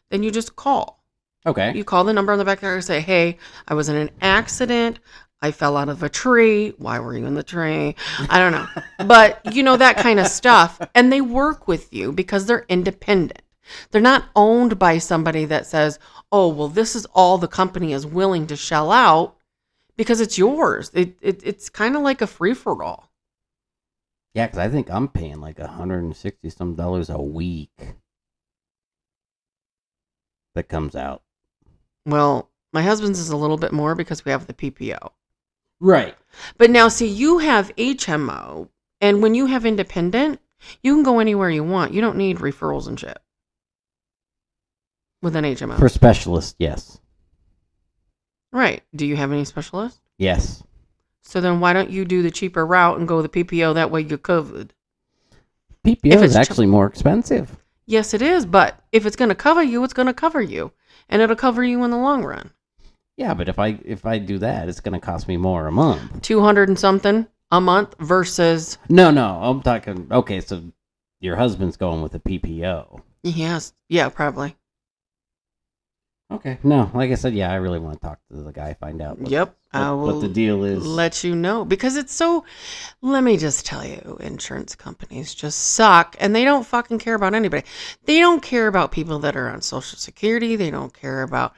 Speaker 2: then you just call.
Speaker 1: Okay.
Speaker 2: You call the number on the back there and say, "Hey, I was in an accident. I fell out of a tree. Why were you in the tree? I don't know, but you know that kind of stuff." And they work with you because they're independent. They're not owned by somebody that says, "Oh, well, this is all the company is willing to shell out because it's yours." It, it it's kind of like a free for all.
Speaker 1: Yeah, because I think I'm paying like a hundred and sixty some dollars a week. That comes out.
Speaker 2: Well, my husband's is a little bit more because we have the PPO.
Speaker 1: Right.
Speaker 2: But now, see, you have HMO, and when you have independent, you can go anywhere you want. You don't need referrals and shit with an HMO.
Speaker 1: For specialists, yes.
Speaker 2: right. Do you have any specialists?
Speaker 1: Yes.
Speaker 2: So then why don't you do the cheaper route and go the PPO? That way you're covered. If
Speaker 1: PPO
Speaker 2: it's
Speaker 1: is
Speaker 2: ch-
Speaker 1: actually more expensive.
Speaker 2: Yes, it is. But if it's going to cover you, it's going to cover you, and it'll cover you in the long run.
Speaker 1: Yeah, but if I if I do that, it's gonna cost me more a month.
Speaker 2: 200 and something a month versus,
Speaker 1: No, no, I'm talking okay, so your husband's going with a PPO.
Speaker 2: yes, yeah, probably.
Speaker 1: Okay. No, like I said, yeah, I really want to talk to the guy, find out what,
Speaker 2: Yep.
Speaker 1: what,
Speaker 2: I will
Speaker 1: what the deal is.
Speaker 2: let you know because it's so let me just tell you insurance companies just suck and they don't fucking care about anybody they don't care about people that are on social security they don't care about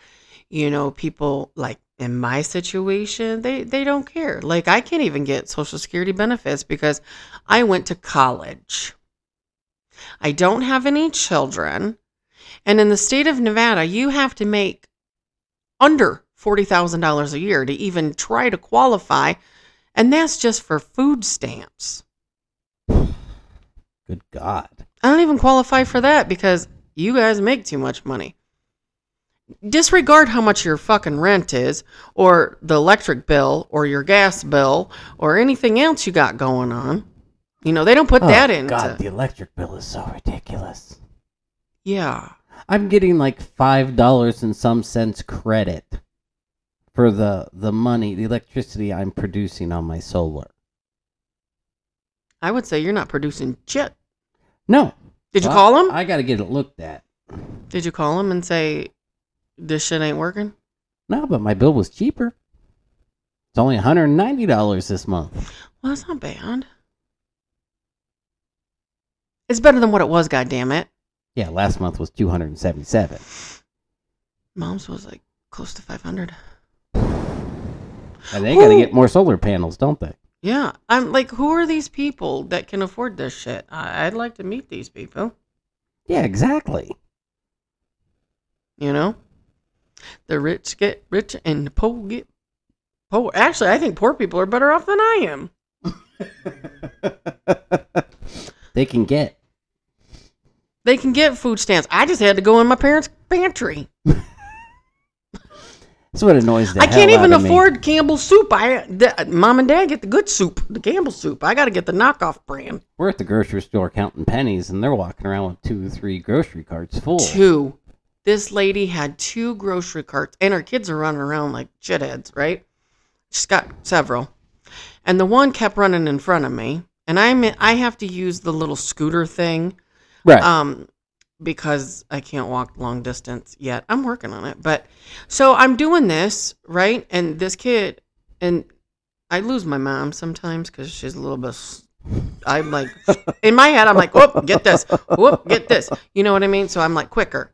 Speaker 2: you know people like in my situation they they don't care like i can't even get social security benefits because i went to college i don't have any children and in the state of nevada you have to make under $40,000 a year to even try to qualify, and that's just for food stamps.
Speaker 1: Good God.
Speaker 2: I don't even qualify for that because you guys make too much money. Disregard how much your fucking rent is, or the electric bill, or your gas bill, or anything else you got going on. You know, they don't put
Speaker 1: Oh,
Speaker 2: that into.
Speaker 1: God, the electric bill is so ridiculous.
Speaker 2: yeah.
Speaker 1: I'm getting like five dollars and some cents credit for the the money, the electricity I'm producing on my solar.
Speaker 2: I would say you're not producing shit.
Speaker 1: No.
Speaker 2: Did you
Speaker 1: Well,
Speaker 2: call him?
Speaker 1: I gotta get it looked at.
Speaker 2: Did you call him and say, this shit ain't working?
Speaker 1: No, but my bill was cheaper. It's only $190 this month.
Speaker 2: Well, that's not bad. It's better than what it was, goddammit.
Speaker 1: Yeah, last month was 277.
Speaker 2: Mom's was like close to 500.
Speaker 1: And they got to
Speaker 2: Who-
Speaker 1: get more solar panels, don't they?
Speaker 2: Yeah. I'm like, who are these people that can afford this shit? I- I'd like to meet these people,
Speaker 1: Yeah, exactly.
Speaker 2: you know? The rich get rich and the poor get poor. Actually, I think poor people are better off than I am.
Speaker 1: they can get.
Speaker 2: They can get food stamps. I just had to go in my parents' pantry.
Speaker 1: That's what annoys the
Speaker 2: I can't
Speaker 1: hell out
Speaker 2: even
Speaker 1: of me.
Speaker 2: afford Campbell's soup. I the, mom and dad get the good soup, the Campbell's soup. I got to get the knockoff brand.
Speaker 1: We're at the grocery store counting pennies, and they're walking around with two or three grocery carts full.
Speaker 2: Two. This lady had two grocery carts, and her kids are running around like shitheads, right? She's got several, and the one kept running in front of me, and I'm I have to use the little scooter thing,
Speaker 1: Right.
Speaker 2: um, because I can't walk long distance yet. I'm working on it. But so I'm doing this, right? And this kid, and I lose my mom sometimes because she's a little bit. s- I'm like, in my head, I'm like, whoop, get this, whoop, get this. You know what I mean? So I'm like quicker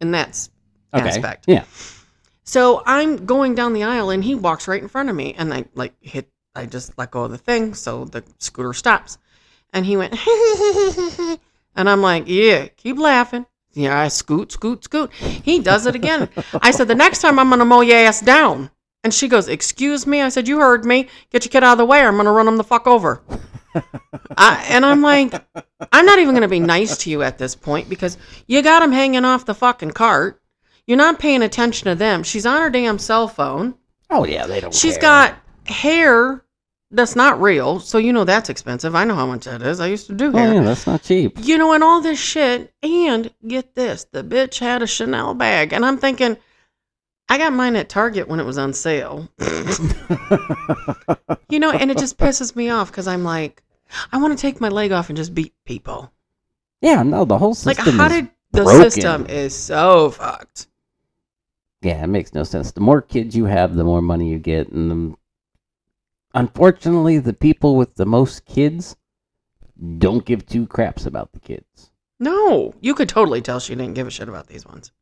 Speaker 2: in that s-
Speaker 1: Okay.
Speaker 2: aspect.
Speaker 1: Yeah.
Speaker 2: So I'm going down the aisle and he walks right in front of me and I like hit I just let go of the thing so the scooter stops. And he went and I'm like, "Yeah, keep laughing." Yeah, I scoot scoot scoot. He does it again. I said, "The next time I'm going to mow your ass down." And she goes, "Excuse me." I said, "You heard me. Get your kid out of the way or I'm going to run him the fuck over." I, and I'm like, I'm not even going to be nice to you at this point because you got him hanging off the fucking cart. You're not paying attention to them. She's on her damn cell phone.
Speaker 1: Oh yeah, they don't.
Speaker 2: She's
Speaker 1: care.
Speaker 2: got hair that's not real. So you know that's expensive. I know how much that is. I used to do hair.
Speaker 1: Oh yeah, that's not cheap.
Speaker 2: You know, and all this shit. And get this the bitch had a Chanel bag. And I'm thinking, I got mine at Target when it was on sale. you know, and it just pisses me off because I'm like, I want to take my leg off and just beat people.
Speaker 1: Yeah, no, the whole
Speaker 2: Like,
Speaker 1: system.
Speaker 2: how
Speaker 1: is-
Speaker 2: did the
Speaker 1: broken.
Speaker 2: system is so fucked?
Speaker 1: Yeah, it makes no sense. The more kids you have, the more money you get, and the, unfortunately, the people with the most kids don't give two craps about the kids.
Speaker 2: No, you could totally tell she didn't give a shit about these ones.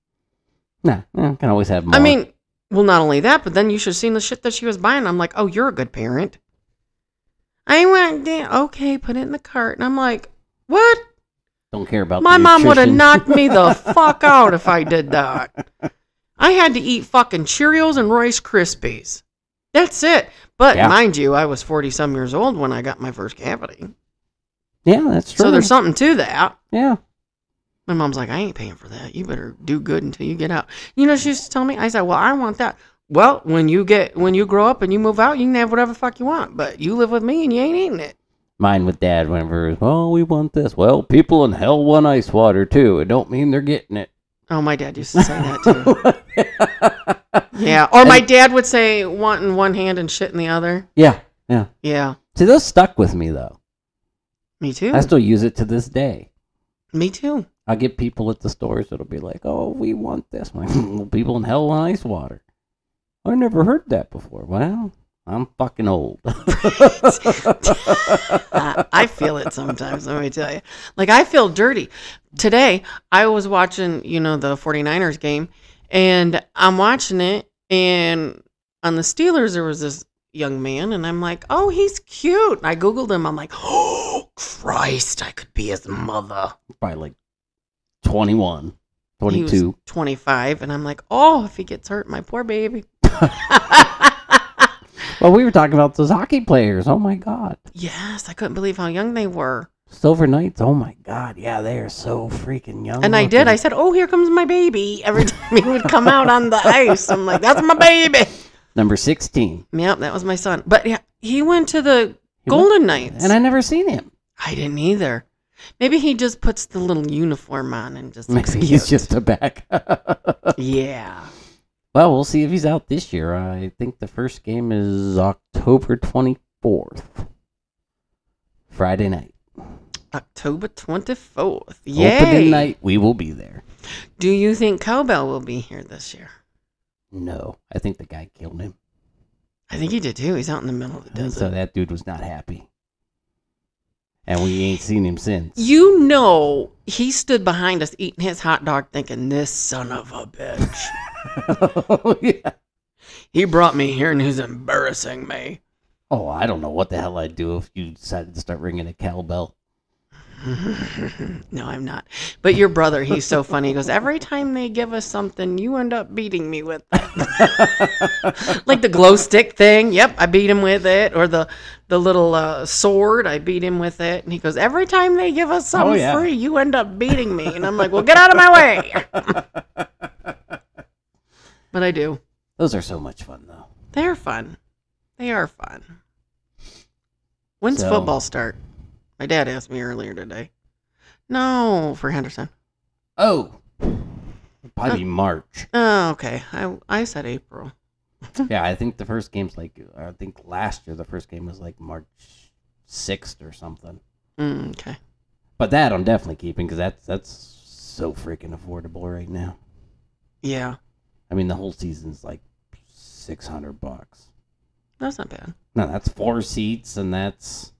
Speaker 1: Nah, eh, can always have more.
Speaker 2: I mean, well, not only that, but then you should have seen the shit that she was buying. I'm like, oh, you're a good parent. I went, "Da- okay, put it in the cart. And I'm like, what?
Speaker 1: don't care about
Speaker 2: My
Speaker 1: the
Speaker 2: mom would have
Speaker 1: nutrition.
Speaker 2: knocked me the fuck out if I did that. I had to eat fucking Cheerios and Rice Krispies. That's it. But
Speaker 1: Yeah.
Speaker 2: mind you, I was 40 some years old when I got my first cavity.
Speaker 1: Yeah, that's true.
Speaker 2: So there's something to that.
Speaker 1: yeah,
Speaker 2: My mom's like, I ain't paying for that. You better do good until you get out. You know, she used to tell me, I said, Well, I want that. Well, when you get when you grow up and you move out, you can have whatever the fuck you want. But you live with me and you ain't eating it.
Speaker 1: mine with dad whenever. Oh, we want this. Well, people in hell want ice water too. It don't mean they're getting it.
Speaker 2: Oh, my dad used to say that too. yeah. Or my dad would say want in one hand and shit in the other.
Speaker 1: yeah, yeah.
Speaker 2: Yeah.
Speaker 1: See, those stuck with me though.
Speaker 2: Me too.
Speaker 1: I still use it to this day.
Speaker 2: me too.
Speaker 1: I get people at the stores that'll be like, "Oh, we want this." I'm like, "Well, people in hell want ice water. I never heard that before. Well, I'm fucking old.
Speaker 2: I, I feel it sometimes, let me tell you. Like, I feel dirty. Today, I was watching, you know, the 49ers game, and I'm watching it, and on the Steelers, there was this young man, and I'm like, oh, he's cute. And I Googled him. I'm like, oh, Christ, I could be his mother.
Speaker 1: Probably like 21,
Speaker 2: He was
Speaker 1: 22.
Speaker 2: 25. And I'm like, oh, if he gets hurt, my poor baby.
Speaker 1: Well, we were talking about those hockey players. Oh my god,
Speaker 2: yes, I couldn't believe how young they were.
Speaker 1: Silver Knights. Oh my god, yeah, they are so freaking young.
Speaker 2: And I did. I
Speaker 1: looking.
Speaker 2: said, "Oh, here comes my baby!" Every time he would come out on the ice, I'm like, "That's my baby."
Speaker 1: number 16,
Speaker 2: Yep, that was my son. But yeah, he went to the
Speaker 1: He went-
Speaker 2: Golden Knights,
Speaker 1: and I never seen him.
Speaker 2: I didn't either. Maybe he just puts the little uniform on and just looks
Speaker 1: Maybe he's
Speaker 2: cute.
Speaker 1: just a back.
Speaker 2: yeah.
Speaker 1: well, we'll see if he's out this year. I think the first game is October 24th, Friday night.
Speaker 2: October twenty fourth.
Speaker 1: Opening
Speaker 2: Yay!
Speaker 1: night, we will be there.
Speaker 2: Do you think Cowbell will be here this year?
Speaker 1: No, I think the guy killed him.
Speaker 2: I think he did too. He's out in the middle of the
Speaker 1: And
Speaker 2: desert.
Speaker 1: so that dude was not happy. And we ain't seen him since.
Speaker 2: You know, he stood behind us eating his hot dog, thinking, "This son of a bitch."
Speaker 1: oh, yeah.
Speaker 2: He brought me here and he's embarrassing me.
Speaker 1: oh, I don't know what the hell I'd do if you decided to start ringing a cowbell.
Speaker 2: no, I'm not. But your brother, he's so funny. He goes, Every time they give us something, you end up beating me with it. like the glow stick thing. Yep, I beat him with it. Or the, the little uh, sword, I beat him with it. And he goes, Every time they give us something
Speaker 1: yeah.
Speaker 2: free, you end up beating me. And I'm like, Well, get out of my way. but I do.
Speaker 1: Those are so much fun, though.
Speaker 2: They're fun. They are fun. When's
Speaker 1: So-
Speaker 2: football start? My dad asked me earlier today. No, for Henderson.
Speaker 1: Oh, probably March.
Speaker 2: Oh, okay. I I said April.
Speaker 1: yeah, I think the first game's like, I think last year the first game was like March 6th or something.
Speaker 2: Mm, okay.
Speaker 1: But that I'm definitely keeping because that's that's so freaking affordable right now.
Speaker 2: Yeah,
Speaker 1: I mean, the whole season's like six hundred bucks.
Speaker 2: that's not bad.
Speaker 1: No, that's four seats, and that's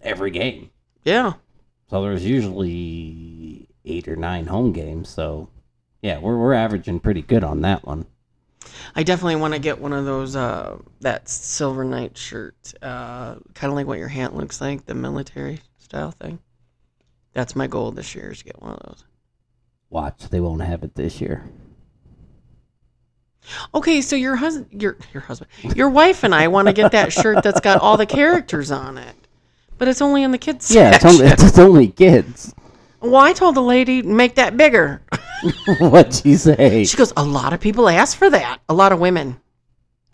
Speaker 1: every game.
Speaker 2: Yeah,
Speaker 1: So there's usually eight or nine home games. So yeah, we're we're averaging pretty good on that one.
Speaker 2: I definitely want to get one of those uh that silver knight shirt, uh, kind of like what your hat looks like, the military style thing. That's my goal this year is to get one of those.
Speaker 1: Watch, they won't have it this year.
Speaker 2: Okay, so your husband, your your husband, your wife, and I want to get that shirt that's got all the characters on it, but it's only in the kids
Speaker 1: Yeah, it's
Speaker 2: section.
Speaker 1: only, it's only kids.
Speaker 2: Well, I told the lady make that bigger.
Speaker 1: What'd you say?
Speaker 2: She goes, a lot of people ask for that. A lot of women.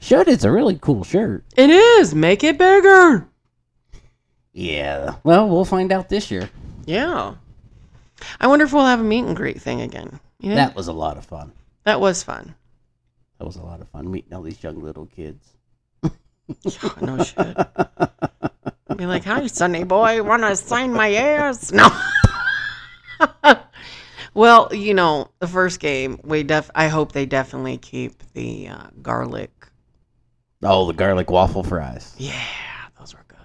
Speaker 1: Shirt is a really cool shirt.
Speaker 2: It is make it bigger.
Speaker 1: Yeah. Well, we'll find out this year.
Speaker 2: Yeah. I wonder if we'll have a meet and greet thing again. You know,
Speaker 1: That was a lot of fun.
Speaker 2: that was fun.
Speaker 1: That was a lot of fun meeting all these young little kids.
Speaker 2: God, no shit. Be like, hi, Sunny boy, want to sign my ass? No. well, you know, the first game, we def. I hope they definitely keep the uh, garlic.
Speaker 1: Oh, the garlic waffle fries.
Speaker 2: Yeah, those were good.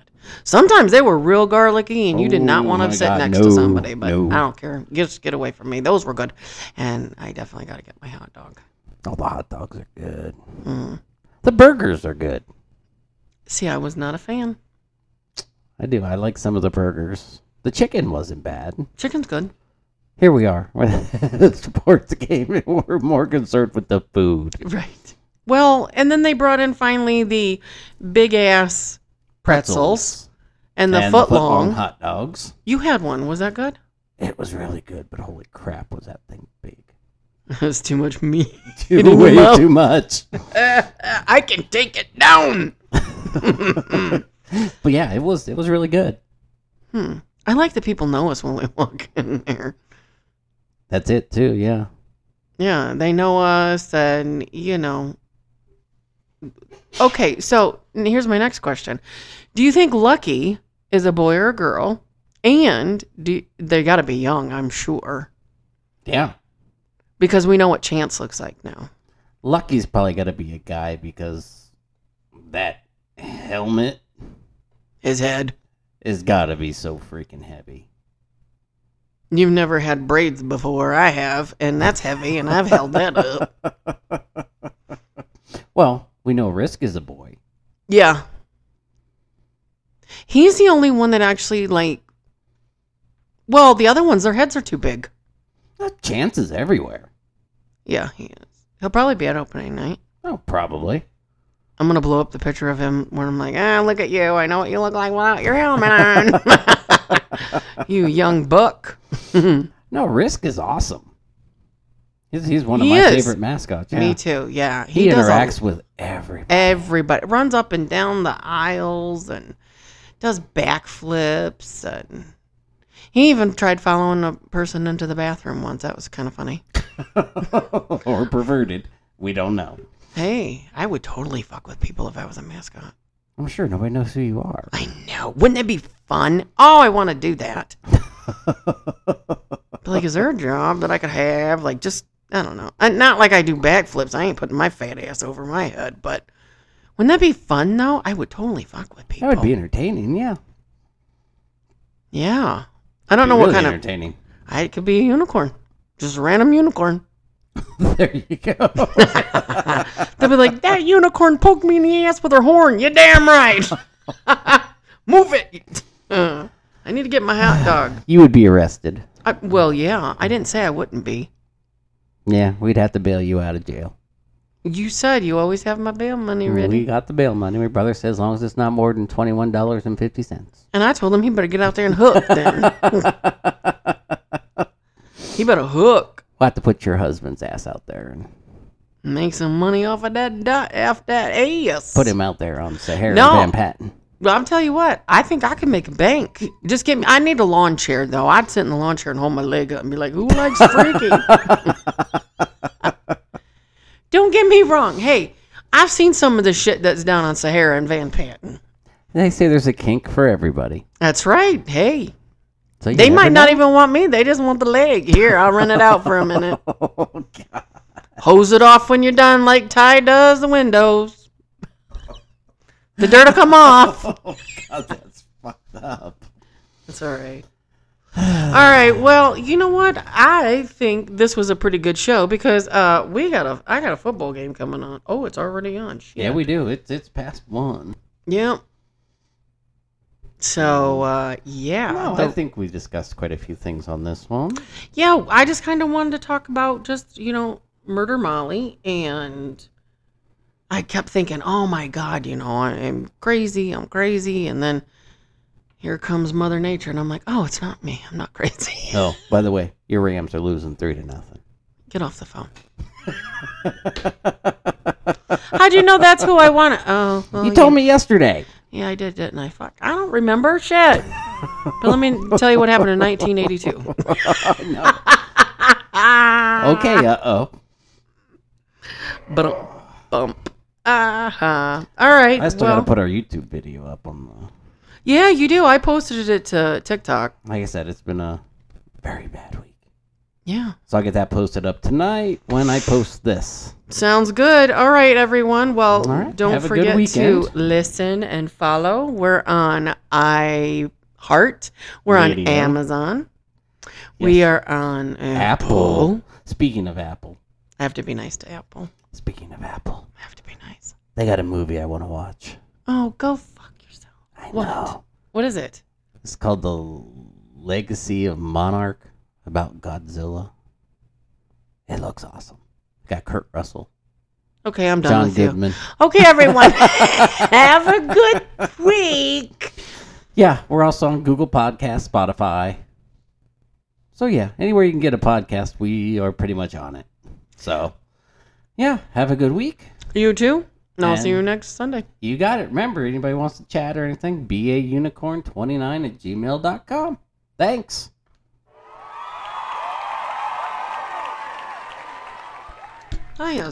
Speaker 2: Sometimes they were real garlicky, and you did not
Speaker 1: Oh
Speaker 2: want
Speaker 1: my
Speaker 2: to sit
Speaker 1: God,
Speaker 2: next
Speaker 1: no,
Speaker 2: to somebody. But
Speaker 1: no.
Speaker 2: I don't care. Just get away from me. Those were good, and I definitely got to get my hot dog.
Speaker 1: All Oh, the hot dogs are good. Hmm.
Speaker 2: Mm.
Speaker 1: The burgers are good.
Speaker 2: See, I was not a fan.
Speaker 1: I do. I like some of the burgers. The chicken wasn't bad.
Speaker 2: Chicken's good.
Speaker 1: Here we are. Sports game. We're more concerned with the food.
Speaker 2: Right. Well, and then they brought in finally the big ass pretzels and the
Speaker 1: and
Speaker 2: foot
Speaker 1: the footlong
Speaker 2: long.
Speaker 1: hot dogs.
Speaker 2: You had one. Was that good?
Speaker 1: It was really good, but holy crap, was that thing big?
Speaker 2: it was too much meat.
Speaker 1: Too,
Speaker 2: didn't
Speaker 1: way
Speaker 2: know.
Speaker 1: too much.
Speaker 2: I can take it down.
Speaker 1: Mm. But yeah, it was it was really good.
Speaker 2: Hmm. I like that people know us when we walk in there.
Speaker 1: That's it too. Yeah.
Speaker 2: Yeah, they know us, and you know. Okay, so n- here's my next question: Do you think Lucky is a boy or a girl? And do they got to be young? I'm sure
Speaker 1: Yeah.
Speaker 2: because we know what Chance looks like now.
Speaker 1: Lucky's probably got to be a guy because that helmet
Speaker 2: His head.
Speaker 1: has got to be so freaking heavy.
Speaker 2: You've never had braids before. I have, and that's heavy, and I've held that up.
Speaker 1: Well, we know Risk is a boy.
Speaker 2: Yeah. He's the only one that actually like. Well, the other ones, their heads are too big.
Speaker 1: That chance is everywhere.
Speaker 2: Yeah, he is. He'll probably be at opening night.
Speaker 1: Oh, probably.
Speaker 2: I'm gonna blow up the picture of him when I'm like, ah, look at you. I know what you look like without your helmet on. you young buck.
Speaker 1: No, Risk is awesome. He's, he's one of
Speaker 2: He
Speaker 1: my
Speaker 2: is.
Speaker 1: favorite mascots. yeah.
Speaker 2: Me too. Yeah,
Speaker 1: He,
Speaker 2: does all-
Speaker 1: interacts with everybody.
Speaker 2: everybody. Runs up and down the aisles and does backflips and. He even tried following a person into the bathroom once. That was kind of funny.
Speaker 1: or perverted. We don't know.
Speaker 2: Hey, I would totally fuck with people if I was a mascot.
Speaker 1: I'm sure nobody knows who you are.
Speaker 2: I know. Wouldn't that be fun? Oh, I want to do that. But like, is there a job that I could have? Like, just I don't know. And not like I do backflips. I ain't putting my fat ass over my head. But wouldn't that be fun though? I would totally fuck with people.
Speaker 1: That would be entertaining, yeah.
Speaker 2: Yeah. I don't know what kind of.
Speaker 1: entertaining.
Speaker 2: I it could be a unicorn. Just a random unicorn.
Speaker 1: There you go.
Speaker 2: They'll be like, that unicorn poked me in the ass with her horn. You damn right. Move it. Uh, I need to get my hot dog.
Speaker 1: you would be arrested.
Speaker 2: I, well, yeah. I didn't say I wouldn't be.
Speaker 1: Yeah, we'd have to bail you out of jail.
Speaker 2: You said you always have my bail money ready.
Speaker 1: We got the bail money. My brother says as long as it's not more than twenty one dollars and fifty cents.
Speaker 2: And I told him he better get out there and hook then. he better hook.
Speaker 1: We'll have to put your husband's ass out there and
Speaker 2: and Make some money off of that dot off that ass.
Speaker 1: put him out there on Sahara
Speaker 2: No.
Speaker 1: Van Patten.
Speaker 2: Well, I'm telling you what, I think I can make a bank. Just get me I need a lawn chair though. I'd sit in the lawn chair and hold my leg up and be like, Who likes freaky? Don't get me wrong. Hey, I've seen some of the shit that's down on Sahara and Van Patten.
Speaker 1: They say there's a kink for everybody.
Speaker 2: That's right. Hey.
Speaker 1: So you
Speaker 2: They
Speaker 1: never
Speaker 2: might not
Speaker 1: know.
Speaker 2: even want me. They just want the leg. Here, I'll run it out for a minute.
Speaker 1: Oh, God.
Speaker 2: Hose it off when you're done, like Ty does the windows. The dirt will come off.
Speaker 1: oh God, that's fucked
Speaker 2: e-
Speaker 1: up.
Speaker 2: That's all right. all right. Well, you know what? I think this was a pretty good show because uh, we got a I got a football game coming on. Oh, it's already on. Shit.
Speaker 1: Yeah, we do. It's it's past one.
Speaker 2: Yep. So uh, yeah,
Speaker 1: No,
Speaker 2: the-
Speaker 1: I think we discussed quite a few things on this one.
Speaker 2: yeah. I just kind of wanted to talk about just you know murder Molly, and I kept thinking, oh my god, you know I'm crazy, I'm crazy, and then here comes Mother Nature, and I'm like, oh, it's not me, I'm not crazy.
Speaker 1: Oh, by the way, your Rams are losing three to nothing.
Speaker 2: Get off the phone. How'd you know that's who I want? Oh, well,
Speaker 1: you told me yesterday.
Speaker 2: Yeah, I did, didn't I? Fuck, I don't remember shit. but let me tell you what happened in 1982.
Speaker 1: Okay,
Speaker 2: Ah.
Speaker 1: uh oh.
Speaker 2: But bump. Uh huh. All right.
Speaker 1: I still
Speaker 2: well,
Speaker 1: gotta put our YouTube video up on
Speaker 2: yeah, you do. I posted it to TikTok.
Speaker 1: the. Like I said, it's been a very bad week.
Speaker 2: Yeah.
Speaker 1: So I'll get that posted up tonight when I post this.
Speaker 2: Sounds good. All right, everyone. Well,
Speaker 1: All right.
Speaker 2: don't
Speaker 1: Have a good
Speaker 2: forget to
Speaker 1: weekend.
Speaker 2: listen and follow. We're on iHeart. We're on
Speaker 1: Radio.
Speaker 2: Amazon. We are on
Speaker 1: Apple.
Speaker 2: Apple.
Speaker 1: Speaking of Apple.
Speaker 2: I have to be nice to Apple.
Speaker 1: Speaking of Apple.
Speaker 2: I have to be nice.
Speaker 1: They got a movie I want to watch.
Speaker 2: Oh, go fuck yourself.
Speaker 1: I
Speaker 2: What?
Speaker 1: know.
Speaker 2: What is it?
Speaker 1: It's called The Legacy of Monarch about Godzilla. It looks awesome. Got Kurt Russell,
Speaker 2: Okay, I'm done
Speaker 1: John
Speaker 2: with you.
Speaker 1: Goodman.
Speaker 2: Okay, everyone. have a good week.
Speaker 1: Yeah, we're also on Google Podcast, Spotify. So yeah, anywhere you can get a podcast, we are pretty much on it. So yeah, have a good week.
Speaker 2: You too. And I'll see
Speaker 1: And-
Speaker 2: you next Sunday.
Speaker 1: You got it. Remember, anybody wants to chat or anything, baunicorn29 at gmail.com. Thanks.
Speaker 2: Hiya.